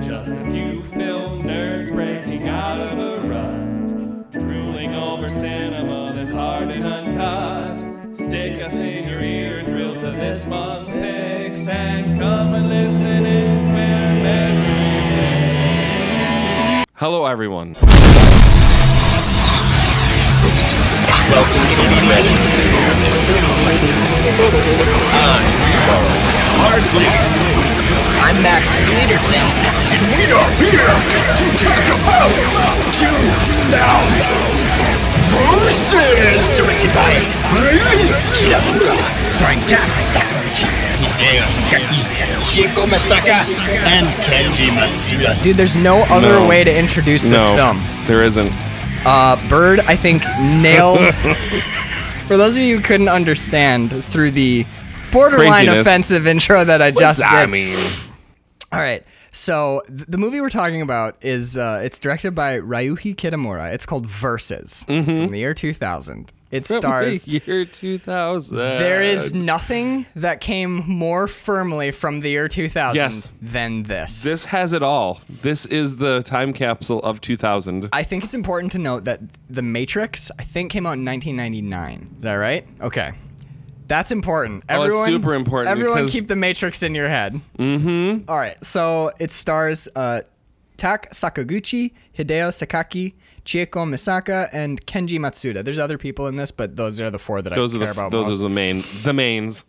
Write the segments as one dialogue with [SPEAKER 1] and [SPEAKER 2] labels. [SPEAKER 1] Just a few film nerds breaking out of a rut, drooling over cinema that's hard and uncut. Stick us in your ear, thrill to this month's picks, and come and listen in fair memory. Hello, everyone.
[SPEAKER 2] Welcome to the Legend Fair Minutes. I'm Hardly. I'm Max Peterson. And we are here to talk about 2000's Versus! Directed by Ray Kitamura. Starring Dan Sakaguchi, Hideo Sakaki, Shiko Masaka, and Kenji Matsuda.
[SPEAKER 3] Dude, there's no other
[SPEAKER 4] No.
[SPEAKER 3] way to introduce this
[SPEAKER 4] no,
[SPEAKER 3] film.
[SPEAKER 4] there isn't.
[SPEAKER 3] Uh, Bird, I think, nailed. for those of you who couldn't understand through the borderline
[SPEAKER 4] Craziness.
[SPEAKER 3] offensive intro that I just did.
[SPEAKER 4] I mean,
[SPEAKER 3] All right. So th- the movie we're talking about is uh, it's directed by Ryuhi Kitamura. It's called Versus
[SPEAKER 4] Mm-hmm.
[SPEAKER 3] from the year 2000. It stars.
[SPEAKER 1] year 2000.
[SPEAKER 3] There is nothing that came more firmly from the year 2000
[SPEAKER 4] Yes.
[SPEAKER 3] than this.
[SPEAKER 4] this has it all. This is the time capsule of 2000.
[SPEAKER 3] I think it's important to note that The Matrix, I think, came out in 1999. Is that right? Okay. That's important.
[SPEAKER 4] Oh, it's
[SPEAKER 3] Everyone,
[SPEAKER 4] super important
[SPEAKER 3] Everyone
[SPEAKER 4] because-
[SPEAKER 3] keep The Matrix in your head. Mm-hmm. All right. So it stars uh, Tak Sakaguchi, Hideo Sakaki, Chieko Misaka, and Kenji Matsuda. There's other people in this, but those are the four that
[SPEAKER 4] Those are
[SPEAKER 3] I
[SPEAKER 4] the
[SPEAKER 3] care about
[SPEAKER 4] those
[SPEAKER 3] most.
[SPEAKER 4] are the main the mains.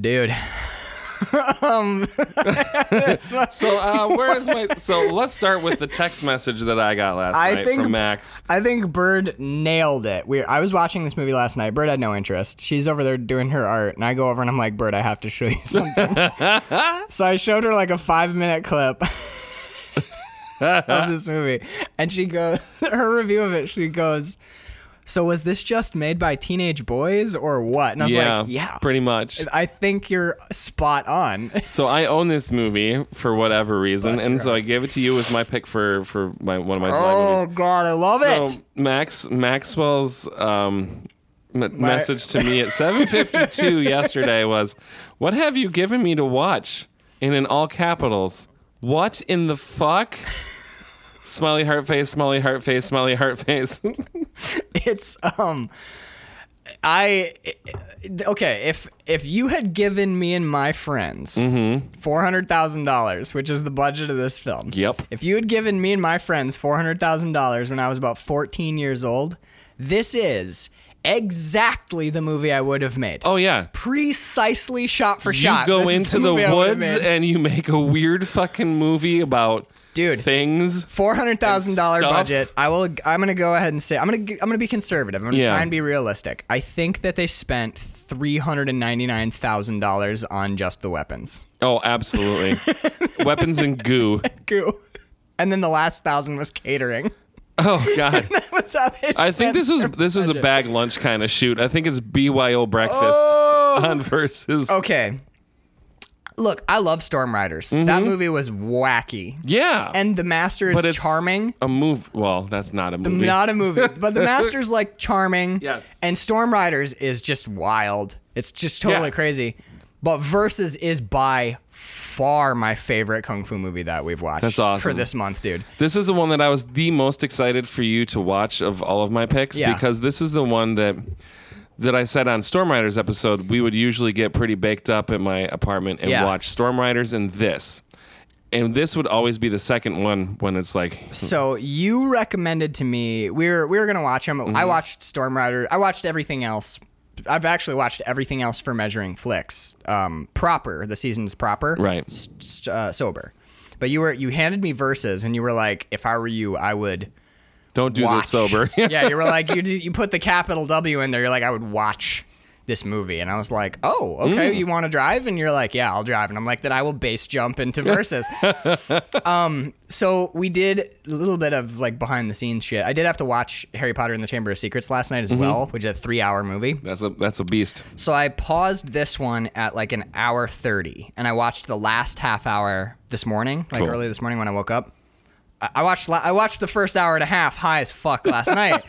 [SPEAKER 3] Dude.
[SPEAKER 4] So uh, where is my? So let's start with the text message that I got last
[SPEAKER 3] I
[SPEAKER 4] night
[SPEAKER 3] think-
[SPEAKER 4] from Max.
[SPEAKER 3] I think Bird nailed it. We I was watching this movie last night. Bird had no interest. She's over there doing her art, and I go over and I'm like, Bird, I have to show you something. so I showed her like a five minute clip of this movie, and she goes, her review of it, she goes, "So was this just made by teenage boys or what?" And I was
[SPEAKER 4] Yeah,
[SPEAKER 3] like, "Yeah."
[SPEAKER 4] pretty much.
[SPEAKER 3] I think you're spot on.
[SPEAKER 4] So I own this movie for whatever reason, and so I gave it to you as my pick for for my one of my July movies.
[SPEAKER 3] Oh God, I love
[SPEAKER 4] So
[SPEAKER 3] it.
[SPEAKER 4] Um, Max Maxwell's um, m- message to me at 7:52 yesterday was, "What have you given me to watch?" And in all capitals, "What in the fuck?" smiley heart face, smiley heart face, smiley heart face.
[SPEAKER 3] it's um i okay if if you had given me and my friends
[SPEAKER 4] Mm-hmm.
[SPEAKER 3] $400000 which is the budget of this film
[SPEAKER 4] Yep.
[SPEAKER 3] if you had given me and my friends $400000 when i was about 14 years old this is exactly the movie i would have made
[SPEAKER 4] oh yeah.
[SPEAKER 3] precisely shot for
[SPEAKER 4] You
[SPEAKER 3] shot
[SPEAKER 4] go
[SPEAKER 3] This is
[SPEAKER 4] into the,
[SPEAKER 3] movie I would've
[SPEAKER 4] woods
[SPEAKER 3] made.
[SPEAKER 4] and you make a weird fucking movie about
[SPEAKER 3] Dude.
[SPEAKER 4] things.
[SPEAKER 3] Four hundred thousand dollar
[SPEAKER 4] stuff.
[SPEAKER 3] budget. I will. I'm gonna go ahead and say I'm gonna. I'm gonna be conservative. I'm gonna
[SPEAKER 4] Yeah.
[SPEAKER 3] try and be realistic. I think that they spent three hundred and ninety nine thousand dollars on just the weapons.
[SPEAKER 4] Oh, absolutely. Weapons and goo.
[SPEAKER 3] Cool. And then the last thousand was catering.
[SPEAKER 4] Oh god.
[SPEAKER 3] What's up?
[SPEAKER 4] I think this was this was a bag lunch kind of shoot. I think it's BYO breakfast on versus.
[SPEAKER 3] Oh! okay. Look, I love Storm Riders. That movie was wacky,
[SPEAKER 4] Mm-hmm. Yeah,
[SPEAKER 3] and the master is
[SPEAKER 4] But it's-
[SPEAKER 3] charming.
[SPEAKER 4] a move. Well, that's not a movie.
[SPEAKER 3] Not a movie, but The Master's like charming.
[SPEAKER 4] Yes.
[SPEAKER 3] And Storm Riders is just wild. It's just totally
[SPEAKER 4] Yeah.
[SPEAKER 3] crazy. But Versus is by far my favorite kung fu movie that we've watched.
[SPEAKER 4] That's awesome.
[SPEAKER 3] for this month, dude.
[SPEAKER 4] this is the one that I was the most excited for you to watch of all of my picks
[SPEAKER 3] Yeah.
[SPEAKER 4] because this is the one that that I said on Storm Riders episode we would usually get pretty baked up at my apartment and
[SPEAKER 3] Yeah.
[SPEAKER 4] watch Storm Riders and this. And this would always be the second one when it's like
[SPEAKER 3] So you recommended to me we were we were gonna watch them.
[SPEAKER 4] Mm-hmm.
[SPEAKER 3] I watched Storm Rider. I watched everything else. I've actually watched everything else for measuring flicks. Um, proper the season's proper.
[SPEAKER 4] Right.
[SPEAKER 3] S- s- uh, sober. But you were you handed me verses and you were like, if I were you, I would
[SPEAKER 4] don't do
[SPEAKER 3] watch.
[SPEAKER 4] this sober.
[SPEAKER 3] yeah, you were like, you did- you put the capital W in there. You're like, I would watch this movie, and I was like, oh,
[SPEAKER 4] Mm.
[SPEAKER 3] okay, you want to drive? And you're like, yeah, I'll drive. And I'm like, then I will base jump into verses. um, so we did a little bit of like behind the scenes shit. I did have to watch Harry Potter and the Chamber of Secrets last night as
[SPEAKER 4] Mm-hmm.
[SPEAKER 3] well, which is a three hour movie.
[SPEAKER 4] that's a that's a beast.
[SPEAKER 3] So I paused this one at like an hour 30 and I watched the last half hour this morning, like
[SPEAKER 4] Cool.
[SPEAKER 3] early this morning when I woke up. I I watched la- I watched the first hour and a half high as fuck last night.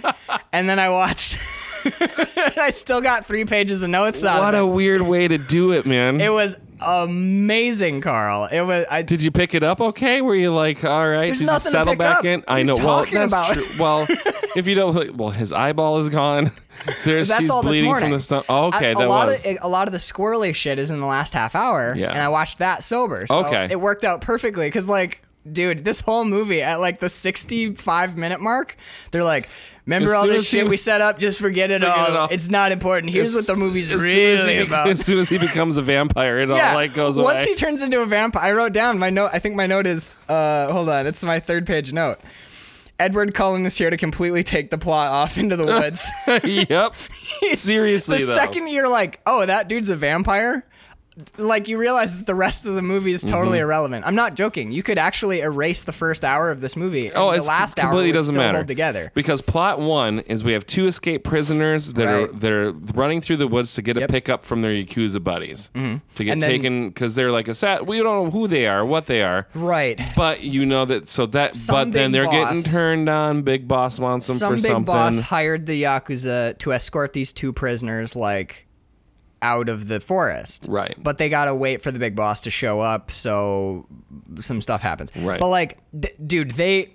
[SPEAKER 3] And then I watched I still got three pages of notes out.
[SPEAKER 4] What
[SPEAKER 3] of
[SPEAKER 4] a weird way to do it, man.
[SPEAKER 3] it. it was amazing, Carl. It was. I
[SPEAKER 4] Did you pick it up okay? Were you like, all right,
[SPEAKER 3] There's
[SPEAKER 4] did
[SPEAKER 3] nothing to
[SPEAKER 4] you settle
[SPEAKER 3] pick
[SPEAKER 4] back
[SPEAKER 3] up.
[SPEAKER 4] in?
[SPEAKER 3] What are
[SPEAKER 4] I
[SPEAKER 3] you
[SPEAKER 4] know. Well,
[SPEAKER 3] talking
[SPEAKER 4] that's
[SPEAKER 3] about?
[SPEAKER 4] true. Well, if you don't, well, his eyeball is gone. There's
[SPEAKER 3] That's
[SPEAKER 4] she's
[SPEAKER 3] all this
[SPEAKER 4] bleeding
[SPEAKER 3] morning.
[SPEAKER 4] from the stomach. Oh, okay,
[SPEAKER 3] I- a
[SPEAKER 4] that
[SPEAKER 3] lot
[SPEAKER 4] was.
[SPEAKER 3] of a lot of the squirrely shit is in the last half hour.
[SPEAKER 4] Yeah.
[SPEAKER 3] and I watched that sober. So
[SPEAKER 4] Okay.
[SPEAKER 3] it worked out perfectly because like. Dude, this whole movie at like the 65 minute mark, they're like, Remember
[SPEAKER 4] As
[SPEAKER 3] all
[SPEAKER 4] soon
[SPEAKER 3] this
[SPEAKER 4] as
[SPEAKER 3] shit
[SPEAKER 4] he-
[SPEAKER 3] we set up? Just forget it, all.
[SPEAKER 4] it all.
[SPEAKER 3] It's not important. Here's what the movie's
[SPEAKER 4] As soon as
[SPEAKER 3] really
[SPEAKER 4] he-
[SPEAKER 3] about.
[SPEAKER 4] As soon as he becomes a vampire, it all like goes away.
[SPEAKER 3] Once he turns into a vampire, I wrote down my note. I think my note is uh, hold on, it's my third page note. Edward Cullen is here to completely take the plot off into the woods.
[SPEAKER 4] yep. Seriously,
[SPEAKER 3] the
[SPEAKER 4] though.
[SPEAKER 3] second you're like, oh, that dude's a vampire. Like you realize that the rest of the movie is totally
[SPEAKER 4] Mm-hmm.
[SPEAKER 3] irrelevant. I'm not joking. You could actually erase the first hour of this movie. And
[SPEAKER 4] Oh,
[SPEAKER 3] the
[SPEAKER 4] it's
[SPEAKER 3] last hour
[SPEAKER 4] completely
[SPEAKER 3] would
[SPEAKER 4] doesn't
[SPEAKER 3] still
[SPEAKER 4] matter.
[SPEAKER 3] hold together.
[SPEAKER 4] Because plot one is we have two escaped prisoners that are
[SPEAKER 3] Right.
[SPEAKER 4] they're running through the woods to get a
[SPEAKER 3] Yep. Mm-hmm.
[SPEAKER 4] pickup from their yakuza buddies to get
[SPEAKER 3] And then-
[SPEAKER 4] taken because they're like a sat. We don't know who they are, what they are.
[SPEAKER 3] Right.
[SPEAKER 4] But you know that so that
[SPEAKER 3] Some
[SPEAKER 4] but then
[SPEAKER 3] big
[SPEAKER 4] they're
[SPEAKER 3] boss-
[SPEAKER 4] getting turned on. Big boss wants them
[SPEAKER 3] Some
[SPEAKER 4] for
[SPEAKER 3] big
[SPEAKER 4] something.
[SPEAKER 3] boss hired the yakuza to escort these two prisoners like out of the forest.
[SPEAKER 4] Right.
[SPEAKER 3] But they gotta wait for the big boss to show up, so some stuff happens.
[SPEAKER 4] Right.
[SPEAKER 3] But like, d- dude, they.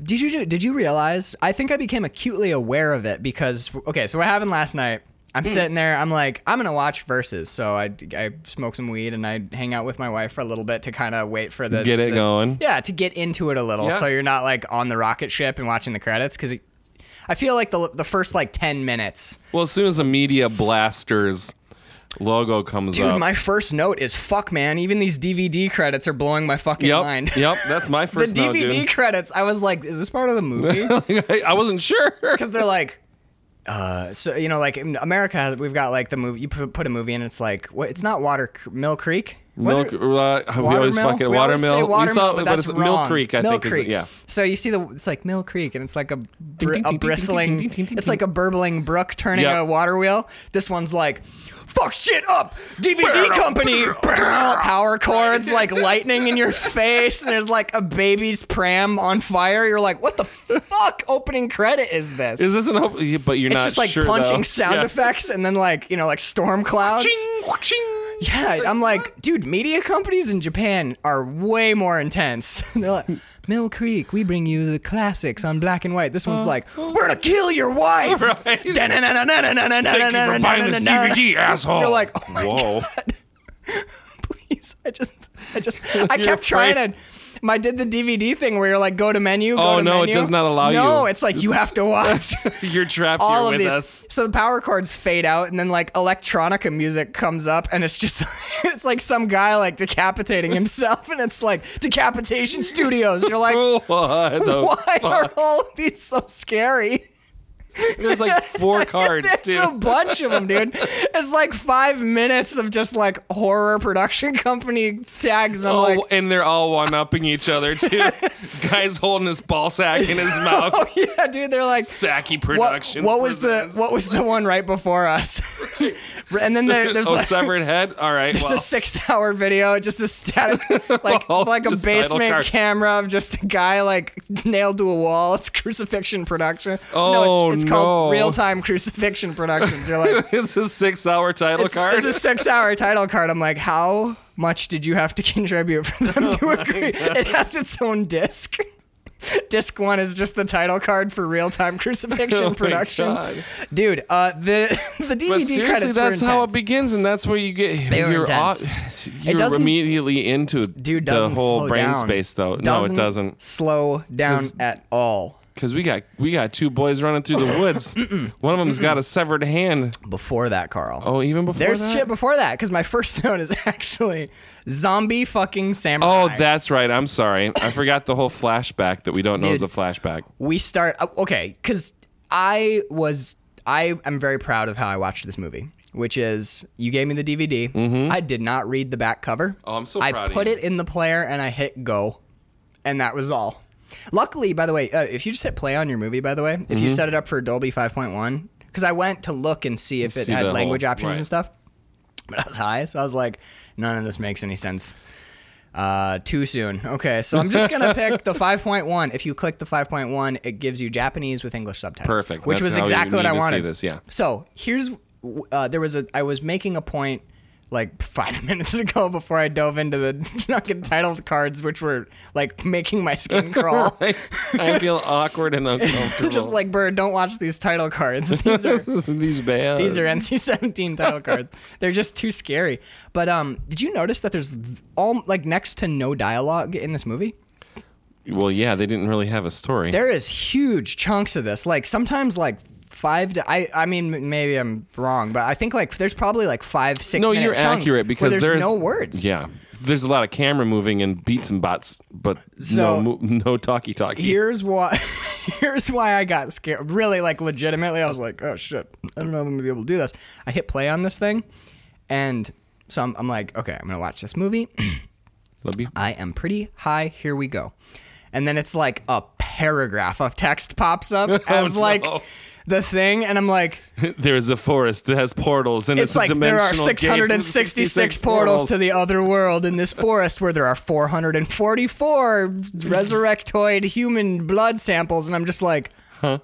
[SPEAKER 3] Did you did you realize? I think I became acutely aware of it because okay, so what happened last night? I'm
[SPEAKER 4] Hmm.
[SPEAKER 3] sitting there. I'm like, I'm gonna watch verses. So I, I smoke some weed and I hang out with my wife for a little bit to kind of wait for the
[SPEAKER 4] Get it
[SPEAKER 3] the-
[SPEAKER 4] going.
[SPEAKER 3] Yeah, to get into it a little,
[SPEAKER 4] Yeah.
[SPEAKER 3] so you're not like on the rocket ship and watching the credits because I feel like the the first like ten minutes.
[SPEAKER 4] Well, as soon as the media blasters logo comes
[SPEAKER 3] Dude,
[SPEAKER 4] up,
[SPEAKER 3] my first note is fuck, man. Even these DVD credits are blowing my fucking
[SPEAKER 4] yep,
[SPEAKER 3] mind.
[SPEAKER 4] yep, that's my
[SPEAKER 3] the
[SPEAKER 4] first note,
[SPEAKER 3] DVD
[SPEAKER 4] dude.
[SPEAKER 3] credits, I was like, is this part of the movie?
[SPEAKER 4] I I wasn't sure.
[SPEAKER 3] Because they're like. Uh, so you know, like in America, has- we've got like the movie. You put put a movie in, it's like what? It's not Water Mill Creek.
[SPEAKER 4] Milk, uh,
[SPEAKER 3] What-
[SPEAKER 4] we always
[SPEAKER 3] Watermill?
[SPEAKER 4] fucking
[SPEAKER 3] We always say
[SPEAKER 4] watermill.
[SPEAKER 3] Watermill,
[SPEAKER 4] saw- but
[SPEAKER 3] but
[SPEAKER 4] it's
[SPEAKER 3] that's wrong.
[SPEAKER 4] Mill Creek, I
[SPEAKER 3] Mill
[SPEAKER 4] think.
[SPEAKER 3] Creek.
[SPEAKER 4] Is, yeah.
[SPEAKER 3] So you see the it's like Mill Creek, and it's like a br-
[SPEAKER 4] ding,
[SPEAKER 3] a
[SPEAKER 4] ding, ding, ding,
[SPEAKER 3] bristling,
[SPEAKER 4] ding, ding,
[SPEAKER 3] it's like a burbling brook turning
[SPEAKER 4] Yep.
[SPEAKER 3] a water wheel. This one's like. Fuck shit up, DVD company. Power cords like lightning in your face, and there's like a baby's pram on fire. You're like, what the fuck? Opening credit is this?
[SPEAKER 4] Is this an op- yeah, But you're
[SPEAKER 3] it's
[SPEAKER 4] not
[SPEAKER 3] just like
[SPEAKER 4] sure,
[SPEAKER 3] punching
[SPEAKER 4] though.
[SPEAKER 3] sound
[SPEAKER 4] yeah.
[SPEAKER 3] effects, and then like you know like storm clouds.
[SPEAKER 4] Ching, ching.
[SPEAKER 3] Yeah, I'm like, dude, media companies in Japan are way more intense. They're like, Mill Creek, we bring you the classics on black and white. This one's like, we're gonna kill your wife.
[SPEAKER 4] Right. Thank you
[SPEAKER 3] Thank
[SPEAKER 4] for buying this DVD, asshole.
[SPEAKER 3] You're like, oh my
[SPEAKER 4] Whoa.
[SPEAKER 3] Please, I just, I just, I
[SPEAKER 4] You're
[SPEAKER 3] kept
[SPEAKER 4] afraid.
[SPEAKER 3] trying to. I did the DVD thing where you're like, go to menu. go
[SPEAKER 4] Oh,
[SPEAKER 3] to
[SPEAKER 4] no, it
[SPEAKER 3] menu.
[SPEAKER 4] does not allow
[SPEAKER 3] No,
[SPEAKER 4] you.
[SPEAKER 3] it's like you have to watch
[SPEAKER 4] You're trapped here
[SPEAKER 3] all of
[SPEAKER 4] with
[SPEAKER 3] these.
[SPEAKER 4] us.
[SPEAKER 3] So the power chords fade out, and then like electronica music comes up, and it's just it's like some guy like decapitating himself, and it's like decapitation studios. You're like,
[SPEAKER 4] What the
[SPEAKER 3] why are
[SPEAKER 4] fuck?
[SPEAKER 3] all of these so scary?
[SPEAKER 4] There's like four cards,
[SPEAKER 3] There's
[SPEAKER 4] dude.
[SPEAKER 3] a bunch of them, dude. It's like five minutes of just like horror production company tags. I'm
[SPEAKER 4] Oh,
[SPEAKER 3] like,
[SPEAKER 4] and they're all one upping each other too. Guy's holding his ball sack in his mouth.
[SPEAKER 3] oh yeah, dude. They're like,
[SPEAKER 4] Sacky
[SPEAKER 3] what,
[SPEAKER 4] production.
[SPEAKER 3] what was the what was the one right before us? and then there, there's
[SPEAKER 4] oh
[SPEAKER 3] like,
[SPEAKER 4] severed head. All right.
[SPEAKER 3] It's
[SPEAKER 4] well.
[SPEAKER 3] a six-hour video, just a static, like
[SPEAKER 4] Well,
[SPEAKER 3] like a
[SPEAKER 4] just title
[SPEAKER 3] basement
[SPEAKER 4] card.
[SPEAKER 3] camera of just a guy like nailed to a wall. It's crucifixion production. no,
[SPEAKER 4] Oh,
[SPEAKER 3] it's, it's called
[SPEAKER 4] no.
[SPEAKER 3] real-time crucifixion productions. You're like,
[SPEAKER 4] it's a six-hour title
[SPEAKER 3] it's,
[SPEAKER 4] card.
[SPEAKER 3] it's a six-hour title card. I'm like, how much did you have to contribute for them
[SPEAKER 4] Oh
[SPEAKER 3] to agree? It has its own disc. Disc one is just the title card for real time crucifixion
[SPEAKER 4] Oh my
[SPEAKER 3] productions,
[SPEAKER 4] God.
[SPEAKER 3] dude. Uh, the the DVD
[SPEAKER 4] But seriously,
[SPEAKER 3] credits were
[SPEAKER 4] that's how it
[SPEAKER 3] intense.
[SPEAKER 4] begins, and that's where you get
[SPEAKER 3] They were
[SPEAKER 4] you're,
[SPEAKER 3] intense.
[SPEAKER 4] off- you're
[SPEAKER 3] doesn't-
[SPEAKER 4] immediately into
[SPEAKER 3] dude
[SPEAKER 4] the
[SPEAKER 3] doesn't
[SPEAKER 4] whole
[SPEAKER 3] slow
[SPEAKER 4] brain
[SPEAKER 3] down.
[SPEAKER 4] space, though. No, it doesn't,
[SPEAKER 3] slow down at all.
[SPEAKER 4] because we got we got two boys running through the woods. One of them's got a severed hand.
[SPEAKER 3] Before that, Carl.
[SPEAKER 4] Oh, even before
[SPEAKER 3] There's
[SPEAKER 4] that?
[SPEAKER 3] shit before that because my first note is actually zombie fucking samurai.
[SPEAKER 4] Oh, that's right. I'm sorry. I forgot the whole flashback that we don't know is a
[SPEAKER 3] Dude.
[SPEAKER 4] flashback.
[SPEAKER 3] we start uh, okay because I was I am very proud of how I watched this movie. Which is you gave me the DVD. I did not read the back cover.
[SPEAKER 4] Mm-hmm. Oh, I'm so
[SPEAKER 3] I
[SPEAKER 4] proud of
[SPEAKER 3] put
[SPEAKER 4] you.
[SPEAKER 3] it in the player and I hit go, and that was all. Luckily, by the way, uh, if you just hit play on your movie, by the way, if
[SPEAKER 4] Mm-hmm.
[SPEAKER 3] you set it up for Dolby 5.1, because I went to look and see if it
[SPEAKER 4] See
[SPEAKER 3] had
[SPEAKER 4] the
[SPEAKER 3] language
[SPEAKER 4] whole-
[SPEAKER 3] options
[SPEAKER 4] right.
[SPEAKER 3] and stuff, but I was high, so I was like, none of this makes any sense. Uh, too soon. Okay, so I'm just gonna pick the 5.1. If you click the 5.1, it gives you Japanese with English subtitles.
[SPEAKER 4] Perfect.
[SPEAKER 3] Which
[SPEAKER 4] That's
[SPEAKER 3] was
[SPEAKER 4] how you
[SPEAKER 3] exactly what
[SPEAKER 4] need
[SPEAKER 3] I
[SPEAKER 4] to see
[SPEAKER 3] wanted.
[SPEAKER 4] this, yeah.
[SPEAKER 3] So here's uh, there was a I was making a point like five minutes ago before I dove into the fucking title cards, which were like making my skin crawl.
[SPEAKER 4] I, feel awkward and uncomfortable.
[SPEAKER 3] just like Bird, don't watch these title cards. These are
[SPEAKER 4] these bad.
[SPEAKER 3] These are NC-17 title cards. They're just too scary. But um, did you notice that there's v- all like next to no dialogue in this movie?
[SPEAKER 4] well, yeah, they didn't really have a story.
[SPEAKER 3] There is huge chunks of this. Like sometimes like five. To, I I mean m- maybe I'm wrong, but I think like there's probably like five six.
[SPEAKER 4] no,
[SPEAKER 3] minute
[SPEAKER 4] you're
[SPEAKER 3] chunks
[SPEAKER 4] accurate because
[SPEAKER 3] where there's,
[SPEAKER 4] there's
[SPEAKER 3] no words.
[SPEAKER 4] Yeah, there's a lot of camera moving and beats and bots, but
[SPEAKER 3] So-
[SPEAKER 4] no no no talkie talkie.
[SPEAKER 3] Here's why. Here's why I got scared. Really, like legitimately, I was like, "Oh shit, I don't know if I'm gonna be able to do this." I hit play on this thing, and so I'm, I'm like, "Okay, I'm gonna watch this movie."
[SPEAKER 4] Love you.
[SPEAKER 3] I am pretty high. Here we go. And then it's like a paragraph of text pops up as
[SPEAKER 4] Oh, no.
[SPEAKER 3] like the thing, and I'm like,
[SPEAKER 4] There's a forest that has portals, and it's,
[SPEAKER 3] it's like there are 666 portals to
[SPEAKER 4] the.
[SPEAKER 3] the other world in this forest where there are 444 resurrectoid human blood samples, and I'm just like, huh?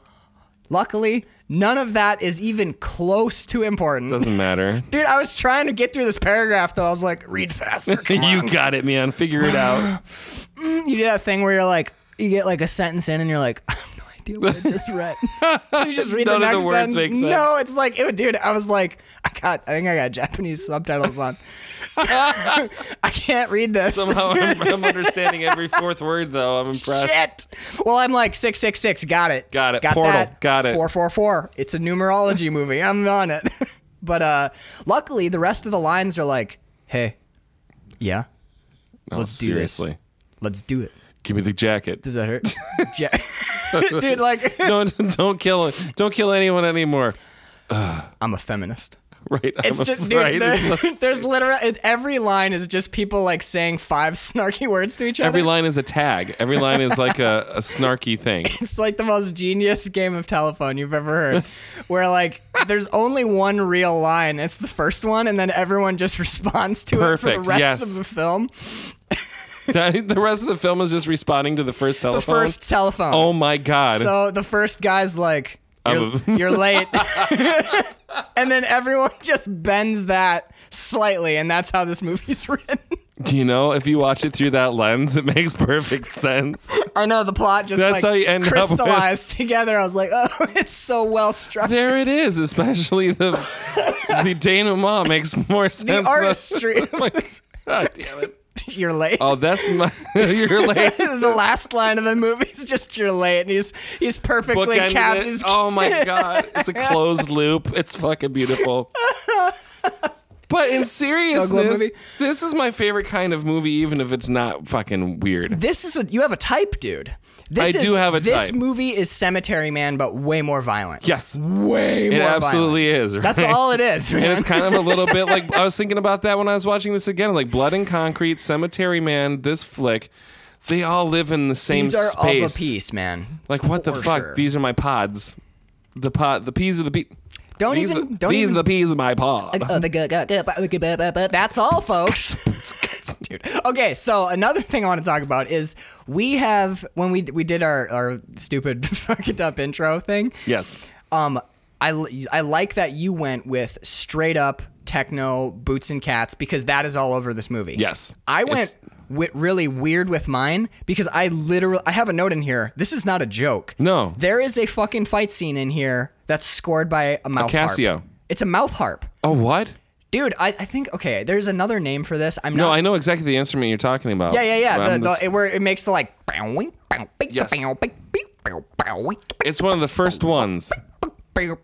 [SPEAKER 3] Luckily, none of that is even close to important.
[SPEAKER 4] Doesn't matter.
[SPEAKER 3] Dude, I was trying to get through this paragraph though. I was like, read faster. come on.
[SPEAKER 4] you got it, man. Figure it out.
[SPEAKER 3] you do that thing where you're like, you get like a sentence in and you're like, I have no idea what I just read. so you just read
[SPEAKER 4] None
[SPEAKER 3] the
[SPEAKER 4] of the
[SPEAKER 3] next
[SPEAKER 4] words
[SPEAKER 3] sentence.
[SPEAKER 4] make sense.
[SPEAKER 3] No, it's like, it, dude, I was like, I got, I think I got Japanese subtitles on. I can't read this.
[SPEAKER 4] Somehow I'm, I'm understanding every fourth word, though. I'm impressed.
[SPEAKER 3] Shit. Well, I'm like six six six. Got it.
[SPEAKER 4] Got it.
[SPEAKER 3] Got
[SPEAKER 4] Portal.
[SPEAKER 3] that.
[SPEAKER 4] Got it.
[SPEAKER 3] Four four four. It's a numerology movie. I'm on it. but uh, luckily, the rest of the lines are like, hey, yeah,
[SPEAKER 4] Oh,
[SPEAKER 3] Let's do this.
[SPEAKER 4] seriously.
[SPEAKER 3] let's do it.
[SPEAKER 4] Give me the jacket.
[SPEAKER 3] Does that hurt? Ja- dude, like,
[SPEAKER 4] don't don't kill don't kill anyone anymore.
[SPEAKER 3] I'm a feminist.
[SPEAKER 4] Right.
[SPEAKER 3] It's
[SPEAKER 4] I'm
[SPEAKER 3] just,
[SPEAKER 4] afraid.
[SPEAKER 3] dude, there-
[SPEAKER 4] It's so-
[SPEAKER 3] there's literally it, every line is just people like saying five snarky words to each other.
[SPEAKER 4] every line is a tag. Every line is like a, a snarky thing.
[SPEAKER 3] It's like the most genius game of telephone you've ever heard, where like there's only one real line. It's the first one, and then everyone just responds to it for
[SPEAKER 4] Perfect,
[SPEAKER 3] the rest
[SPEAKER 4] yes.
[SPEAKER 3] of the film.
[SPEAKER 4] That- the rest of the film is just responding to the first
[SPEAKER 3] The
[SPEAKER 4] telephone.
[SPEAKER 3] first telephone.
[SPEAKER 4] Oh my god.
[SPEAKER 3] So the first guy's like, "You're,
[SPEAKER 4] I'm a-
[SPEAKER 3] you're late," and then everyone just bends that slightly, and that's how this movie's written.
[SPEAKER 4] you know, if you watch it through that lens, it makes perfect sense.
[SPEAKER 3] I know the plot just
[SPEAKER 4] That's
[SPEAKER 3] like
[SPEAKER 4] how you end up with-
[SPEAKER 3] crystallized together. I was like, "Oh, it's so well structured."
[SPEAKER 4] There it is, especially the the denouement makes more sense.
[SPEAKER 3] The
[SPEAKER 4] than- Oh
[SPEAKER 3] artistry. of this-
[SPEAKER 4] God damn it.
[SPEAKER 3] you're late.
[SPEAKER 4] Oh, that's my. you're late.
[SPEAKER 3] the last line of the movie is just you're late, and he's he's perfectly
[SPEAKER 4] Bookended
[SPEAKER 3] capped.
[SPEAKER 4] it.
[SPEAKER 3] He's-
[SPEAKER 4] Oh my god, it's a closed loop. It's fucking beautiful. But in seriousness,
[SPEAKER 3] movie.
[SPEAKER 4] this is my favorite kind of movie, even if it's not fucking weird.
[SPEAKER 3] This is a you have a type, dude. This
[SPEAKER 4] I
[SPEAKER 3] is,
[SPEAKER 4] do have a
[SPEAKER 3] This
[SPEAKER 4] type.
[SPEAKER 3] movie is Cemetery Man, but way more violent.
[SPEAKER 4] Yes,
[SPEAKER 3] way
[SPEAKER 4] it
[SPEAKER 3] more violent.
[SPEAKER 4] absolutely is.
[SPEAKER 3] That's
[SPEAKER 4] right?
[SPEAKER 3] all it is.
[SPEAKER 4] And
[SPEAKER 3] Man.
[SPEAKER 4] it's kind of a little bit like I was thinking about that when I was watching this again, like Blood and Concrete, Cemetery Man, this flick. They all live in the same
[SPEAKER 3] These are
[SPEAKER 4] space.
[SPEAKER 3] of a piece, man.
[SPEAKER 4] Like what the
[SPEAKER 3] For
[SPEAKER 4] fuck?
[SPEAKER 3] sure.
[SPEAKER 4] These are my pods. The pod, the peas of the pea.
[SPEAKER 3] Don't
[SPEAKER 4] These,
[SPEAKER 3] even.
[SPEAKER 4] the,
[SPEAKER 3] Don't
[SPEAKER 4] these
[SPEAKER 3] even.
[SPEAKER 4] are the peas of my pod.
[SPEAKER 3] Uh, the gu- gu- gu- bu- gu- bu- bu- bu- That's all, folks. Dude. Okay, so another thing I want to talk about is we have when we we did our our stupid fucked up intro thing.
[SPEAKER 4] yes.
[SPEAKER 3] Um, I, l- I like that you went with straight up techno boots and cats because that is all over this movie.
[SPEAKER 4] Yes.
[SPEAKER 3] I
[SPEAKER 4] It's-
[SPEAKER 3] went wi- really weird with mine because I literally I have a note in here. This is not a joke.
[SPEAKER 4] No.
[SPEAKER 3] There is a fucking fight scene in here that's scored by a mouth
[SPEAKER 4] Casio.
[SPEAKER 3] harp. It's a mouth harp.
[SPEAKER 4] Oh what?
[SPEAKER 3] Dude, I, I think okay, there's another name for this. I'm
[SPEAKER 4] No,
[SPEAKER 3] not
[SPEAKER 4] I know exactly the instrument you're talking about.
[SPEAKER 3] Uh,
[SPEAKER 4] Um,
[SPEAKER 3] Yeah, yeah, yeah. The,
[SPEAKER 4] I'm
[SPEAKER 3] the,
[SPEAKER 4] just-
[SPEAKER 3] it, where it makes the like
[SPEAKER 4] Yes. it's one of the first ones.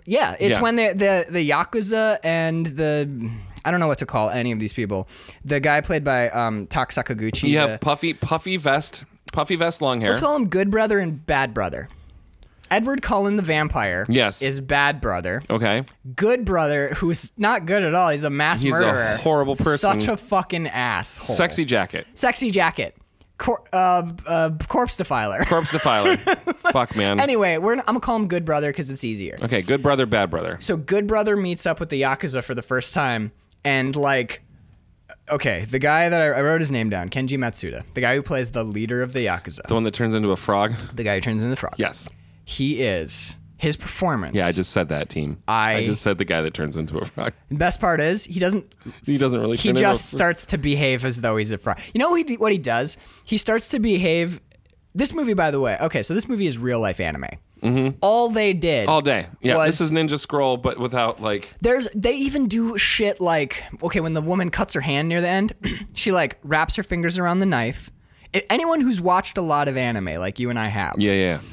[SPEAKER 3] Yeah, it's
[SPEAKER 4] Yeah.
[SPEAKER 3] when the, the the yakuza and the I don't know what to call any of these people. The guy played by um, Tak Sakaguchi.
[SPEAKER 4] You
[SPEAKER 3] the-
[SPEAKER 4] have puffy, puffy vest, puffy vest, long hair.
[SPEAKER 3] let's call him Good Brother and Bad Brother. Edward Cullen the vampire.
[SPEAKER 4] Yes.
[SPEAKER 3] is Bad Brother.
[SPEAKER 4] okay.
[SPEAKER 3] Good Brother, who's not good at all. He's a mass
[SPEAKER 4] He's a
[SPEAKER 3] murderer.
[SPEAKER 4] horrible person.
[SPEAKER 3] Such a fucking asshole.
[SPEAKER 4] Sexy jacket.
[SPEAKER 3] Sexy jacket. Cor- uh, uh, corpse defiler.
[SPEAKER 4] Corpse defiler. Fuck man.
[SPEAKER 3] Anyway, we're I'm gonna call him Good Brother because it's easier.
[SPEAKER 4] Mm. Okay. Good brother, bad brother.
[SPEAKER 3] So Good Brother meets up with the Yakuza for the first time, and like okay, the guy that I, I wrote his name down, Kenji Matsuda, the guy who plays the leader of the Yakuza,
[SPEAKER 4] The one that turns into a frog?
[SPEAKER 3] the guy who turns into the frog.
[SPEAKER 4] Yes.
[SPEAKER 3] He is. His performance.
[SPEAKER 4] Yeah, I just said that team.
[SPEAKER 3] I-
[SPEAKER 4] just said the guy that turns into a frog.
[SPEAKER 3] The best part is he doesn't.
[SPEAKER 4] He doesn't really
[SPEAKER 3] He
[SPEAKER 4] turn into
[SPEAKER 3] just
[SPEAKER 4] a-
[SPEAKER 3] starts to behave as though he's a frog. You know what he, d- what he does? He starts to behave. This movie, by the way. Okay, so this movie is real life anime. Mm-hmm. All they did
[SPEAKER 4] all day. Yeah,
[SPEAKER 3] was-
[SPEAKER 4] this is Ninja Scroll, but without like
[SPEAKER 3] There's they even do shit like okay when the woman cuts her hand near the end, she like wraps her fingers around the knife. I- anyone who's watched a lot of anime like you and I have,
[SPEAKER 4] yeah, yeah.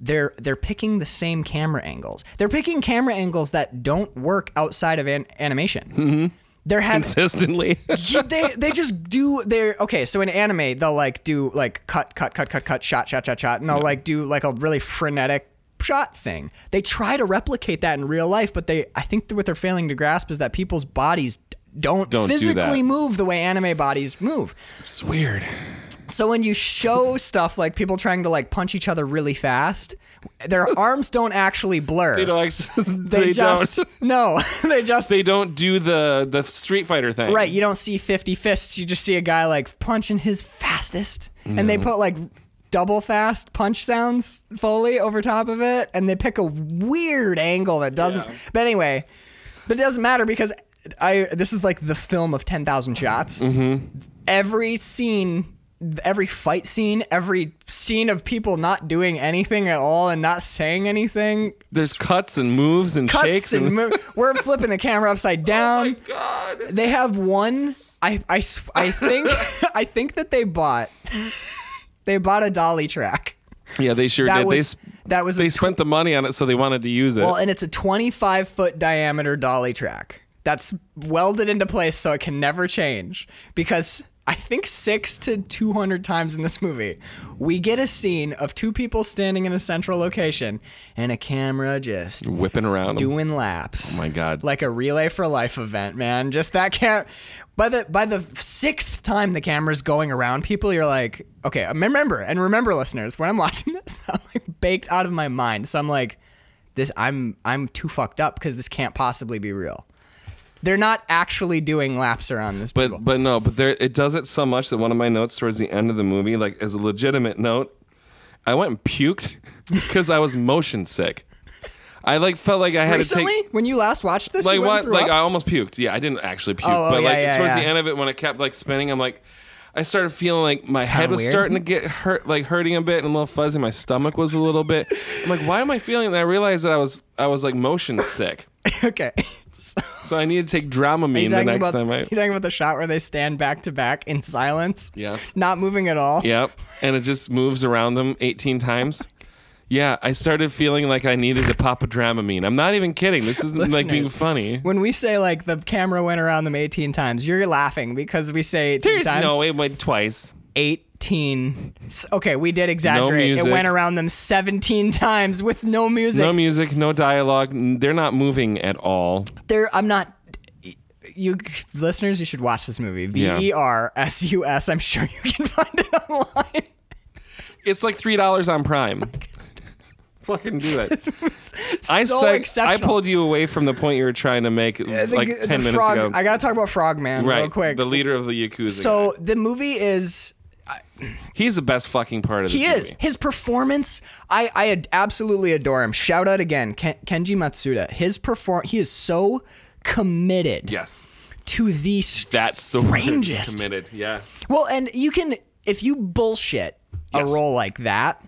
[SPEAKER 3] they're they're picking the same camera angles. They're picking camera angles that don't work outside of an- animation. Mm-hmm. They're having
[SPEAKER 4] Consistently.
[SPEAKER 3] yeah, they they just do their okay. So in anime, they'll like do like cut, cut, cut, cut, cut, shot, shot, shot, shot, and they'll like do like a really frenetic shot thing. They try to replicate that in real life, but they I think what they're failing to grasp is that people's bodies don't,
[SPEAKER 4] Don't do
[SPEAKER 3] physically
[SPEAKER 4] that.
[SPEAKER 3] move the way anime bodies move.
[SPEAKER 4] it's weird.
[SPEAKER 3] So when you show stuff like people trying to like punch each other really fast, their arms don't actually blur.
[SPEAKER 4] They don't actually,
[SPEAKER 3] They
[SPEAKER 4] they,
[SPEAKER 3] just
[SPEAKER 4] don't
[SPEAKER 3] no, they just
[SPEAKER 4] they don't do the the Street Fighter thing.
[SPEAKER 3] Right, you don't see 50 fists, you just see a guy like punching his fastest. And they put like double fast punch sounds Foley over top of it and they pick a weird angle that doesn't But anyway, but it doesn't matter because I this is like the film of 10,000 shots. Mm-hmm. Every scene Every fight scene, every scene of people not doing anything at all and not saying anything,
[SPEAKER 4] There's cuts and moves and
[SPEAKER 3] cuts
[SPEAKER 4] shakes
[SPEAKER 3] and,
[SPEAKER 4] and, Oh
[SPEAKER 3] mo- we're flipping the camera upside down.
[SPEAKER 4] God.
[SPEAKER 3] They have one. I, I, s- I think I think that they bought they bought a dolly track.
[SPEAKER 4] Yeah, they sure
[SPEAKER 3] That
[SPEAKER 4] did.
[SPEAKER 3] was
[SPEAKER 4] they s-
[SPEAKER 3] that was a
[SPEAKER 4] they spent the money on it, so they wanted to use it.
[SPEAKER 3] well, and it's a 25 foot diameter dolly track that's welded into place so it can never change. Because I think six to 200 times in this movie, we get a scene of two people standing in a central location and a camera just
[SPEAKER 4] Whipping around. 'em.
[SPEAKER 3] doing laps.
[SPEAKER 4] Oh my God.
[SPEAKER 3] Like a relay for life event, man. Just that cam by the by the sixth time the camera's going around people, you're like, okay, um, remember and remember listeners, when I'm watching this, I'm like baked out of my mind. So I'm like, this I'm I'm too fucked up because this can't possibly be real. They're not actually doing laps around this people.
[SPEAKER 4] But but no, but there it does it so much that one of my notes towards the end of the movie, like as a legitimate note, I went and puked because I was motion sick. I like felt like I had
[SPEAKER 3] Recently,
[SPEAKER 4] to take
[SPEAKER 3] when you last watched this,
[SPEAKER 4] like
[SPEAKER 3] you went
[SPEAKER 4] what
[SPEAKER 3] through
[SPEAKER 4] like um,
[SPEAKER 3] up?
[SPEAKER 4] I almost puked. Yeah, I didn't actually puke,
[SPEAKER 3] Oh, oh,
[SPEAKER 4] but
[SPEAKER 3] yeah,
[SPEAKER 4] like
[SPEAKER 3] yeah,
[SPEAKER 4] towards the
[SPEAKER 3] yeah.
[SPEAKER 4] end of it when it kept like spinning, I'm like I started feeling like my head was
[SPEAKER 3] weird.
[SPEAKER 4] starting to get hurt, like hurting a bit and a little fuzzy. My stomach was a little bit. I'm like, why am I feeling? And I realized that I was I was like motion sick,
[SPEAKER 3] okay. So-
[SPEAKER 4] so I need to take Dramamine
[SPEAKER 3] He's
[SPEAKER 4] the
[SPEAKER 3] talking,
[SPEAKER 4] next
[SPEAKER 3] about,
[SPEAKER 4] time. I,
[SPEAKER 3] you talking about the shot where they stand back to back in silence?
[SPEAKER 4] Yes.
[SPEAKER 3] Not moving at all?
[SPEAKER 4] Yep. And it just moves around them 18 times. Yeah, I started feeling like I needed to pop a Dramamine. I'm not even kidding. This isn't like being
[SPEAKER 3] Listeners,
[SPEAKER 4] funny.
[SPEAKER 3] When we say like the camera went around them 18 times, you're laughing because we say 18
[SPEAKER 4] There's
[SPEAKER 3] times.
[SPEAKER 4] no, it went twice.
[SPEAKER 3] 18. S- Okay, we did exaggerate. it
[SPEAKER 4] music.
[SPEAKER 3] went around them 17 times with no music.
[SPEAKER 4] No music, no dialogue. N- They're not moving at all.
[SPEAKER 3] there, I'm not. You listeners, you should watch this movie. V
[SPEAKER 4] Yeah.
[SPEAKER 3] E R S U S. I'm sure you can find it online.
[SPEAKER 4] It's like $3 on Prime. Fucking do it. I,
[SPEAKER 3] so
[SPEAKER 4] seg- I
[SPEAKER 3] exceptional.
[SPEAKER 4] pulled you away from the point you were trying to make
[SPEAKER 3] the,
[SPEAKER 4] like
[SPEAKER 3] g-
[SPEAKER 4] 10
[SPEAKER 3] the
[SPEAKER 4] minutes
[SPEAKER 3] frog,
[SPEAKER 4] ago.
[SPEAKER 3] I gotta talk about Frogman
[SPEAKER 4] right.
[SPEAKER 3] real quick.
[SPEAKER 4] The leader of the Yakuza.
[SPEAKER 3] so the movie is
[SPEAKER 4] He's the best fucking part of this
[SPEAKER 3] He is.
[SPEAKER 4] movie.
[SPEAKER 3] His performance, I, I ad- absolutely adore him. Shout out again, Ken- Kenji Matsuda. His perform, he is so committed
[SPEAKER 4] Yes.
[SPEAKER 3] to the str-
[SPEAKER 4] That's the
[SPEAKER 3] Strangest.
[SPEAKER 4] strangest. Committed. Yeah.
[SPEAKER 3] Well, and you can if you bullshit a
[SPEAKER 4] Yes.
[SPEAKER 3] role like that,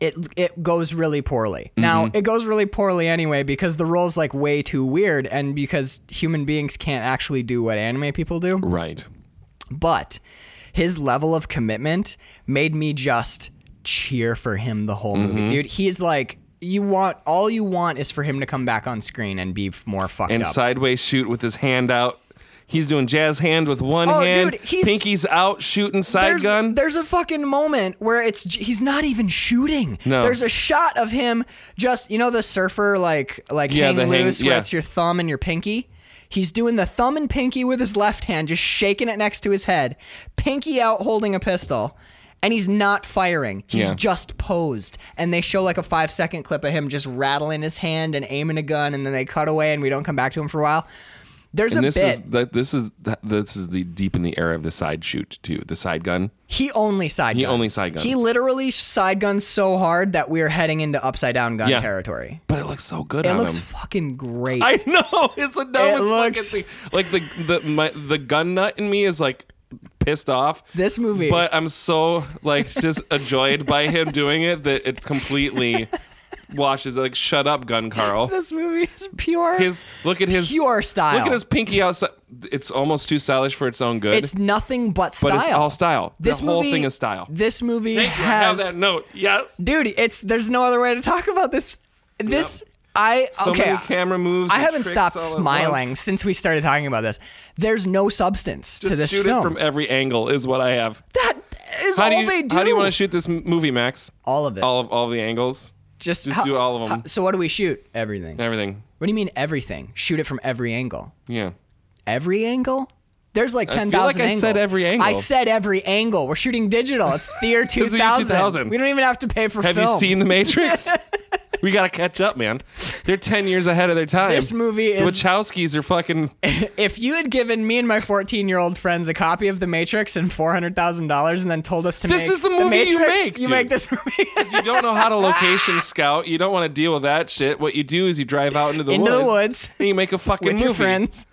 [SPEAKER 3] it it goes really poorly.
[SPEAKER 4] Mm-hmm.
[SPEAKER 3] Now it goes really poorly anyway because the role's like way too weird, and because human beings can't actually do what anime people do.
[SPEAKER 4] Right.
[SPEAKER 3] but his level of commitment made me just cheer for him the whole movie dude he's like you want all you want is for him to come back on screen and be f- more fucked
[SPEAKER 4] and
[SPEAKER 3] up
[SPEAKER 4] sideways shoot with his hand out. He's doing jazz hand with one
[SPEAKER 3] Oh,
[SPEAKER 4] hand.
[SPEAKER 3] dude, he's-
[SPEAKER 4] Pinky's out shooting side
[SPEAKER 3] there's,
[SPEAKER 4] gun.
[SPEAKER 3] there's a fucking moment where it's j- he's not even shooting
[SPEAKER 4] No.
[SPEAKER 3] there's a shot of him just you know the surfer like like
[SPEAKER 4] Yeah,
[SPEAKER 3] hang
[SPEAKER 4] the hang-
[SPEAKER 3] loose where
[SPEAKER 4] yeah.
[SPEAKER 3] it's your thumb and your pinky He's doing the thumb and pinky with his left hand, just shaking it next to his head, pinky out holding a pistol, and he's not firing. He's
[SPEAKER 4] Yeah.
[SPEAKER 3] just posed. And they show like a five second clip of him just rattling his hand and aiming a gun, and then they cut away and we don't come back to him for a while. There's
[SPEAKER 4] And
[SPEAKER 3] a
[SPEAKER 4] this
[SPEAKER 3] bit.
[SPEAKER 4] is the, this is the, this is the deep in the era of the side shoot too. The side gun.
[SPEAKER 3] He only side
[SPEAKER 4] He
[SPEAKER 3] guns.
[SPEAKER 4] only side guns.
[SPEAKER 3] He literally side guns so hard that we're heading into upside down gun
[SPEAKER 4] Yeah.
[SPEAKER 3] territory.
[SPEAKER 4] But it looks so good
[SPEAKER 3] It
[SPEAKER 4] on
[SPEAKER 3] looks
[SPEAKER 4] him.
[SPEAKER 3] fucking great.
[SPEAKER 4] I know it's the dumbest
[SPEAKER 3] looks-
[SPEAKER 4] fucking thing. Like the the my, the gun nut in me is like pissed off.
[SPEAKER 3] This movie-
[SPEAKER 4] but I'm so like just annoyed by him doing it that it completely washes. Like, shut up, gun Carl.
[SPEAKER 3] this movie is pure.
[SPEAKER 4] His look at his
[SPEAKER 3] Pure style.
[SPEAKER 4] Look at his pinky outside. It's almost too stylish for its own good.
[SPEAKER 3] it's nothing but style.
[SPEAKER 4] but it's all style.
[SPEAKER 3] This
[SPEAKER 4] the whole
[SPEAKER 3] movie,
[SPEAKER 4] thing is style.
[SPEAKER 3] This movie
[SPEAKER 4] Thank you. I have
[SPEAKER 3] has
[SPEAKER 4] that note. Yes.
[SPEAKER 3] dude. It's there's no other way to talk about this. This I
[SPEAKER 4] So
[SPEAKER 3] okay.
[SPEAKER 4] many camera moves.
[SPEAKER 3] I
[SPEAKER 4] and
[SPEAKER 3] haven't
[SPEAKER 4] tricks
[SPEAKER 3] stopped
[SPEAKER 4] all at
[SPEAKER 3] smiling
[SPEAKER 4] once.
[SPEAKER 3] since we started talking about this. There's no substance to
[SPEAKER 4] Just
[SPEAKER 3] this
[SPEAKER 4] shoot
[SPEAKER 3] film.
[SPEAKER 4] it from every angle is what I have.
[SPEAKER 3] that is
[SPEAKER 4] How
[SPEAKER 3] all
[SPEAKER 4] do you,
[SPEAKER 3] they do.
[SPEAKER 4] How do you want to shoot this m- movie, Max?
[SPEAKER 3] all of it?
[SPEAKER 4] All of all of the angles,
[SPEAKER 3] just
[SPEAKER 4] just
[SPEAKER 3] how-
[SPEAKER 4] do all of 'em.
[SPEAKER 3] how- so what do we shoot? Everything.
[SPEAKER 4] everything.
[SPEAKER 3] What do you mean everything? Shoot it from every angle.
[SPEAKER 4] Yeah.
[SPEAKER 3] Every angle? There's like
[SPEAKER 4] feel
[SPEAKER 3] ten
[SPEAKER 4] like
[SPEAKER 3] thousand
[SPEAKER 4] I
[SPEAKER 3] angles.
[SPEAKER 4] said every angle.
[SPEAKER 3] I said every angle. We're shooting digital. It's Theater
[SPEAKER 4] year
[SPEAKER 3] two thousand.
[SPEAKER 4] 2000.
[SPEAKER 3] We don't even have to pay for
[SPEAKER 4] Have
[SPEAKER 3] film.
[SPEAKER 4] you seen The Matrix? we gotta catch up, man. They're ten years ahead of their time.
[SPEAKER 3] This movie
[SPEAKER 4] The
[SPEAKER 3] is-
[SPEAKER 4] Wachowskis are fucking.
[SPEAKER 3] If you had given me and my 14 year old friends a copy of The Matrix and $400,000 and then told us to
[SPEAKER 4] This
[SPEAKER 3] make
[SPEAKER 4] is the movie you
[SPEAKER 3] Matrix,
[SPEAKER 4] make,
[SPEAKER 3] You
[SPEAKER 4] dude.
[SPEAKER 3] make this movie.
[SPEAKER 4] You don't know how to location scout. You don't want to deal with that shit. What you do is you drive out into the
[SPEAKER 3] Into
[SPEAKER 4] woods.
[SPEAKER 3] the woods
[SPEAKER 4] And you make a fucking
[SPEAKER 3] with your
[SPEAKER 4] movie.
[SPEAKER 3] friends.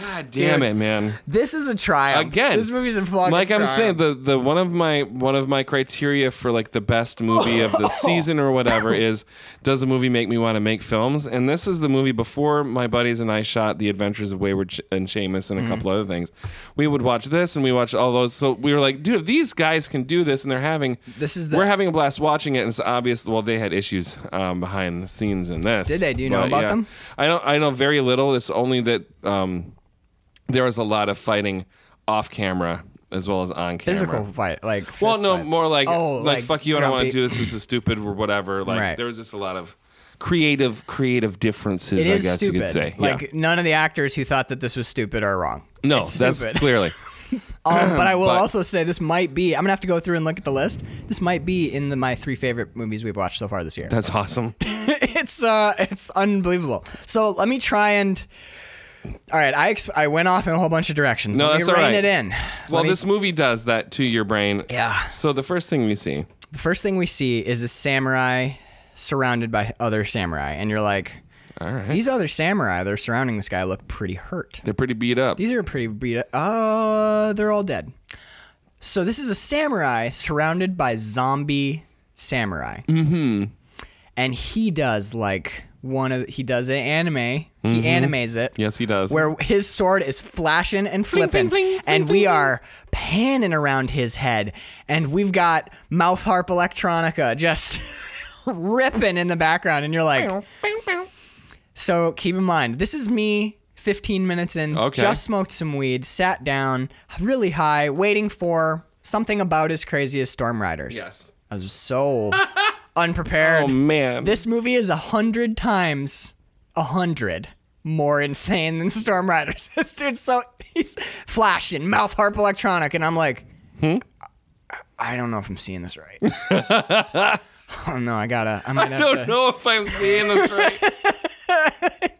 [SPEAKER 4] God damn
[SPEAKER 3] Dude.
[SPEAKER 4] it, man.
[SPEAKER 3] This is a triumph.
[SPEAKER 4] Again,
[SPEAKER 3] This movie's a fucking
[SPEAKER 4] like I'm
[SPEAKER 3] triumph.
[SPEAKER 4] saying, the the one of my one of my criteria for like the best movie of the season or whatever is does the movie make me want to make films? And this is the movie before my buddies and I shot The Adventures of Wayward Sh- and Seamus
[SPEAKER 3] Mm-hmm.
[SPEAKER 4] and a couple other things. We would watch this and we watched all those. So we were like, dude, if these guys can do this and they're having
[SPEAKER 3] This is the-
[SPEAKER 4] we're having a blast watching it. And it's obvious. Well, they had issues um, behind the scenes in this.
[SPEAKER 3] Did they? Do you know about them?
[SPEAKER 4] I don't. I know very little. It's only that. Um, there was a lot of fighting off camera as well as on camera.
[SPEAKER 3] physical fight. Like,
[SPEAKER 4] Well,
[SPEAKER 3] fist
[SPEAKER 4] no,
[SPEAKER 3] fight.
[SPEAKER 4] more like,
[SPEAKER 3] Oh,
[SPEAKER 4] like
[SPEAKER 3] like
[SPEAKER 4] fuck you. I don't want to
[SPEAKER 3] grumpy.
[SPEAKER 4] do this. This is stupid or whatever. Like
[SPEAKER 3] Right.
[SPEAKER 4] there was just a lot of creative, creative differences.
[SPEAKER 3] It is
[SPEAKER 4] I guess
[SPEAKER 3] stupid.
[SPEAKER 4] you could say.
[SPEAKER 3] Like
[SPEAKER 4] yeah.
[SPEAKER 3] none of the actors who thought that this was stupid are wrong.
[SPEAKER 4] No,
[SPEAKER 3] It's
[SPEAKER 4] that's
[SPEAKER 3] stupid.
[SPEAKER 4] clearly.
[SPEAKER 3] Um, but I will
[SPEAKER 4] But-
[SPEAKER 3] also say this might be. I'm gonna have to go through and look at the list. This might be in the, my three favorite movies we've watched so far this year.
[SPEAKER 4] That's awesome.
[SPEAKER 3] it's uh, it's unbelievable. So let me try and. All right, I ex- I went off in a whole bunch of directions.
[SPEAKER 4] No,
[SPEAKER 3] let
[SPEAKER 4] that's
[SPEAKER 3] me
[SPEAKER 4] all
[SPEAKER 3] rein
[SPEAKER 4] right.
[SPEAKER 3] it in.
[SPEAKER 4] Well,
[SPEAKER 3] Let me-
[SPEAKER 4] this movie does that to your brain.
[SPEAKER 3] Yeah.
[SPEAKER 4] So the first thing we see,
[SPEAKER 3] the first thing we see is a samurai surrounded by other samurai, and you're like,
[SPEAKER 4] all right,
[SPEAKER 3] these other samurai that are surrounding this guy look pretty hurt.
[SPEAKER 4] they're pretty beat up.
[SPEAKER 3] These are pretty beat up. Uh, they're all dead. So this is a samurai surrounded by zombie samurai. Mm-hmm. And he does like one of he does an anime. He animes it.
[SPEAKER 4] Mm-hmm. yes, he does.
[SPEAKER 3] Where his sword is flashing and flipping,
[SPEAKER 4] bling, bling,
[SPEAKER 3] and
[SPEAKER 4] bling,
[SPEAKER 3] we
[SPEAKER 4] bling.
[SPEAKER 3] are panning around his head, and we've got mouth harp electronica just ripping in the background, and you're like, so keep in mind, this is me 15 minutes in,
[SPEAKER 4] Okay.
[SPEAKER 3] just smoked some weed, sat down really high, waiting for something about as crazy as Storm Riders.
[SPEAKER 4] yes.
[SPEAKER 3] I was so unprepared.
[SPEAKER 4] Oh man.
[SPEAKER 3] This movie is a hundred times a hundred more insane than Storm Riders. this dude's so he's flashing, mouth harp electronic, and I'm like,
[SPEAKER 4] Hmm?
[SPEAKER 3] I, I don't know if I'm seeing this right. oh no, I gotta. I might
[SPEAKER 4] I
[SPEAKER 3] have to
[SPEAKER 4] don't know if I'm seeing this right.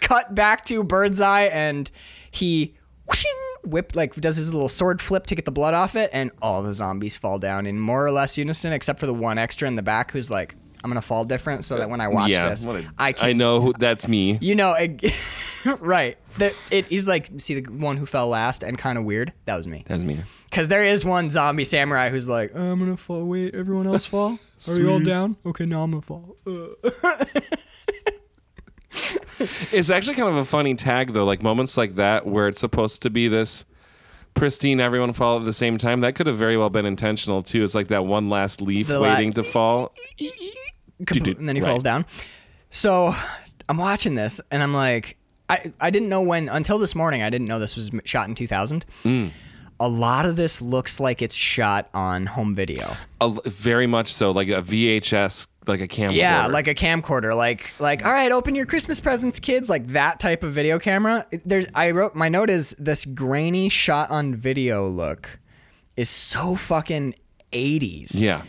[SPEAKER 3] cut back to Birdseye and he whooshing, whip like does his little sword flip to get the blood off it, and all the zombies fall down in more or less unison, except for the one extra in the back who's like, "I'm gonna fall different so that when I watch
[SPEAKER 4] yeah.
[SPEAKER 3] this,
[SPEAKER 4] what a-
[SPEAKER 3] I can."
[SPEAKER 4] I know who, that's me.
[SPEAKER 3] you know, it, right? The, it, he's like, see the one who fell last and kind of weird. That was me,
[SPEAKER 4] That's me.
[SPEAKER 3] because there is one zombie samurai who's like, "I'm gonna fall. Wait, everyone else fall? Are you all down? Okay, now I'm gonna fall."
[SPEAKER 4] It's actually kind of a funny tag though, like moments like that where it's supposed to be this pristine everyone fall at the same time. That could have very well been intentional too. It's like that one last leaf
[SPEAKER 3] The la-
[SPEAKER 4] waiting to fall.
[SPEAKER 3] Kapl-
[SPEAKER 4] did
[SPEAKER 3] and then he
[SPEAKER 4] right.
[SPEAKER 3] falls down. So I'm watching this and I'm like, I, I didn't know when, until this morning, I didn't know this was m- shot in 2000.
[SPEAKER 4] Mm.
[SPEAKER 3] A lot of this looks like it's shot on home video.
[SPEAKER 4] A, very much so, like a VHS, like a camera.
[SPEAKER 3] Yeah, like a camcorder, like like all right, open your Christmas presents, kids, like that type of video camera. There's I wrote my note is this grainy shot on video look is so fucking 80s.
[SPEAKER 4] yeah.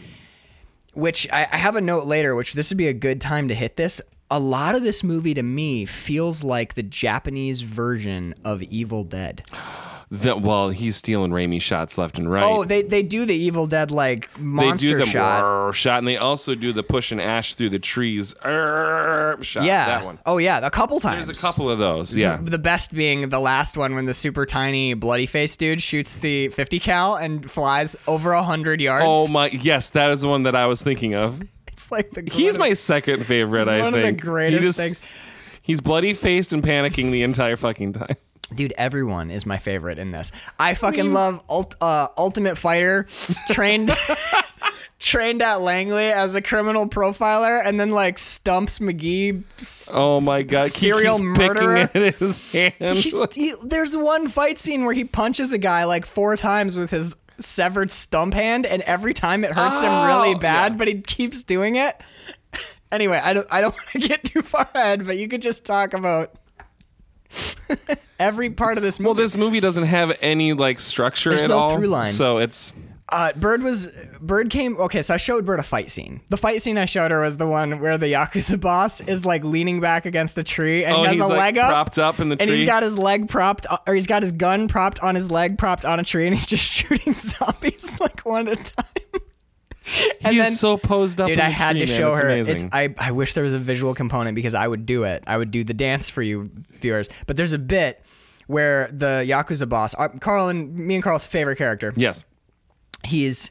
[SPEAKER 3] which I, I have a note later, which this would be a good time to hit this. a lot of this movie to me feels like the Japanese version of Evil Dead.
[SPEAKER 4] The, well, he's stealing Raimi shots left and right.
[SPEAKER 3] Oh, they, they do the Evil Dead like
[SPEAKER 4] they
[SPEAKER 3] monster
[SPEAKER 4] do the
[SPEAKER 3] shot.
[SPEAKER 4] brrr shot, and they also do the push and ash through the trees err, shot.
[SPEAKER 3] yeah.
[SPEAKER 4] that one.
[SPEAKER 3] Oh yeah, a couple times.
[SPEAKER 4] There's a couple of those. Yeah,
[SPEAKER 3] The best being the last one when the super tiny bloody face dude shoots the 50 cal and flies over 100 yards.
[SPEAKER 4] Oh my, yes, that is the one that I was thinking of.
[SPEAKER 3] It's like the
[SPEAKER 4] He's
[SPEAKER 3] one
[SPEAKER 4] my
[SPEAKER 3] of-
[SPEAKER 4] second favorite.
[SPEAKER 3] He's
[SPEAKER 4] I
[SPEAKER 3] one of
[SPEAKER 4] think
[SPEAKER 3] the greatest things.
[SPEAKER 4] He's bloody faced and panicking the entire fucking time.
[SPEAKER 3] Dude, everyone is my favorite in this. I fucking love ult, uh, Ultimate Fighter, trained trained at Langley as a criminal profiler, and then like stumps McGee. S-
[SPEAKER 4] Oh my god,
[SPEAKER 3] Serial
[SPEAKER 4] he keeps
[SPEAKER 3] murderer.
[SPEAKER 4] picking at his hand.
[SPEAKER 3] he's- he- there's one fight scene where he punches a guy like four times with his severed stump hand, and every time it hurts him really
[SPEAKER 4] Oh,
[SPEAKER 3] bad, but he keeps doing it. Anyway, I don't I don't want to get too far ahead, but you could just talk about every part of this movie.
[SPEAKER 4] well, this movie doesn't have any like structure
[SPEAKER 3] There's
[SPEAKER 4] at
[SPEAKER 3] no
[SPEAKER 4] all,
[SPEAKER 3] through line.
[SPEAKER 4] so it's
[SPEAKER 3] Uh, Bird was Bird came. Okay, so I showed Bird a fight scene. The fight scene I showed her was the one where the yakuza boss is like leaning back against a tree and
[SPEAKER 4] oh,
[SPEAKER 3] he has
[SPEAKER 4] he's
[SPEAKER 3] a
[SPEAKER 4] like
[SPEAKER 3] leg up,
[SPEAKER 4] propped up in the
[SPEAKER 3] and
[SPEAKER 4] tree.
[SPEAKER 3] he's got his leg propped, or he's got his gun propped on his leg, propped on a tree, and he's just shooting zombies like one at a time. and
[SPEAKER 4] he's
[SPEAKER 3] then,
[SPEAKER 4] so posed up.
[SPEAKER 3] dude,
[SPEAKER 4] in
[SPEAKER 3] I
[SPEAKER 4] the
[SPEAKER 3] had
[SPEAKER 4] tree,
[SPEAKER 3] to
[SPEAKER 4] man.
[SPEAKER 3] show her.
[SPEAKER 4] It's
[SPEAKER 3] It's
[SPEAKER 4] amazing.
[SPEAKER 3] I. I wish there was a visual component because I would do it. I would do the dance for you viewers. But there's a bit where the yakuza boss, uh, Carl and me and Carl's favorite character
[SPEAKER 4] yes,
[SPEAKER 3] he's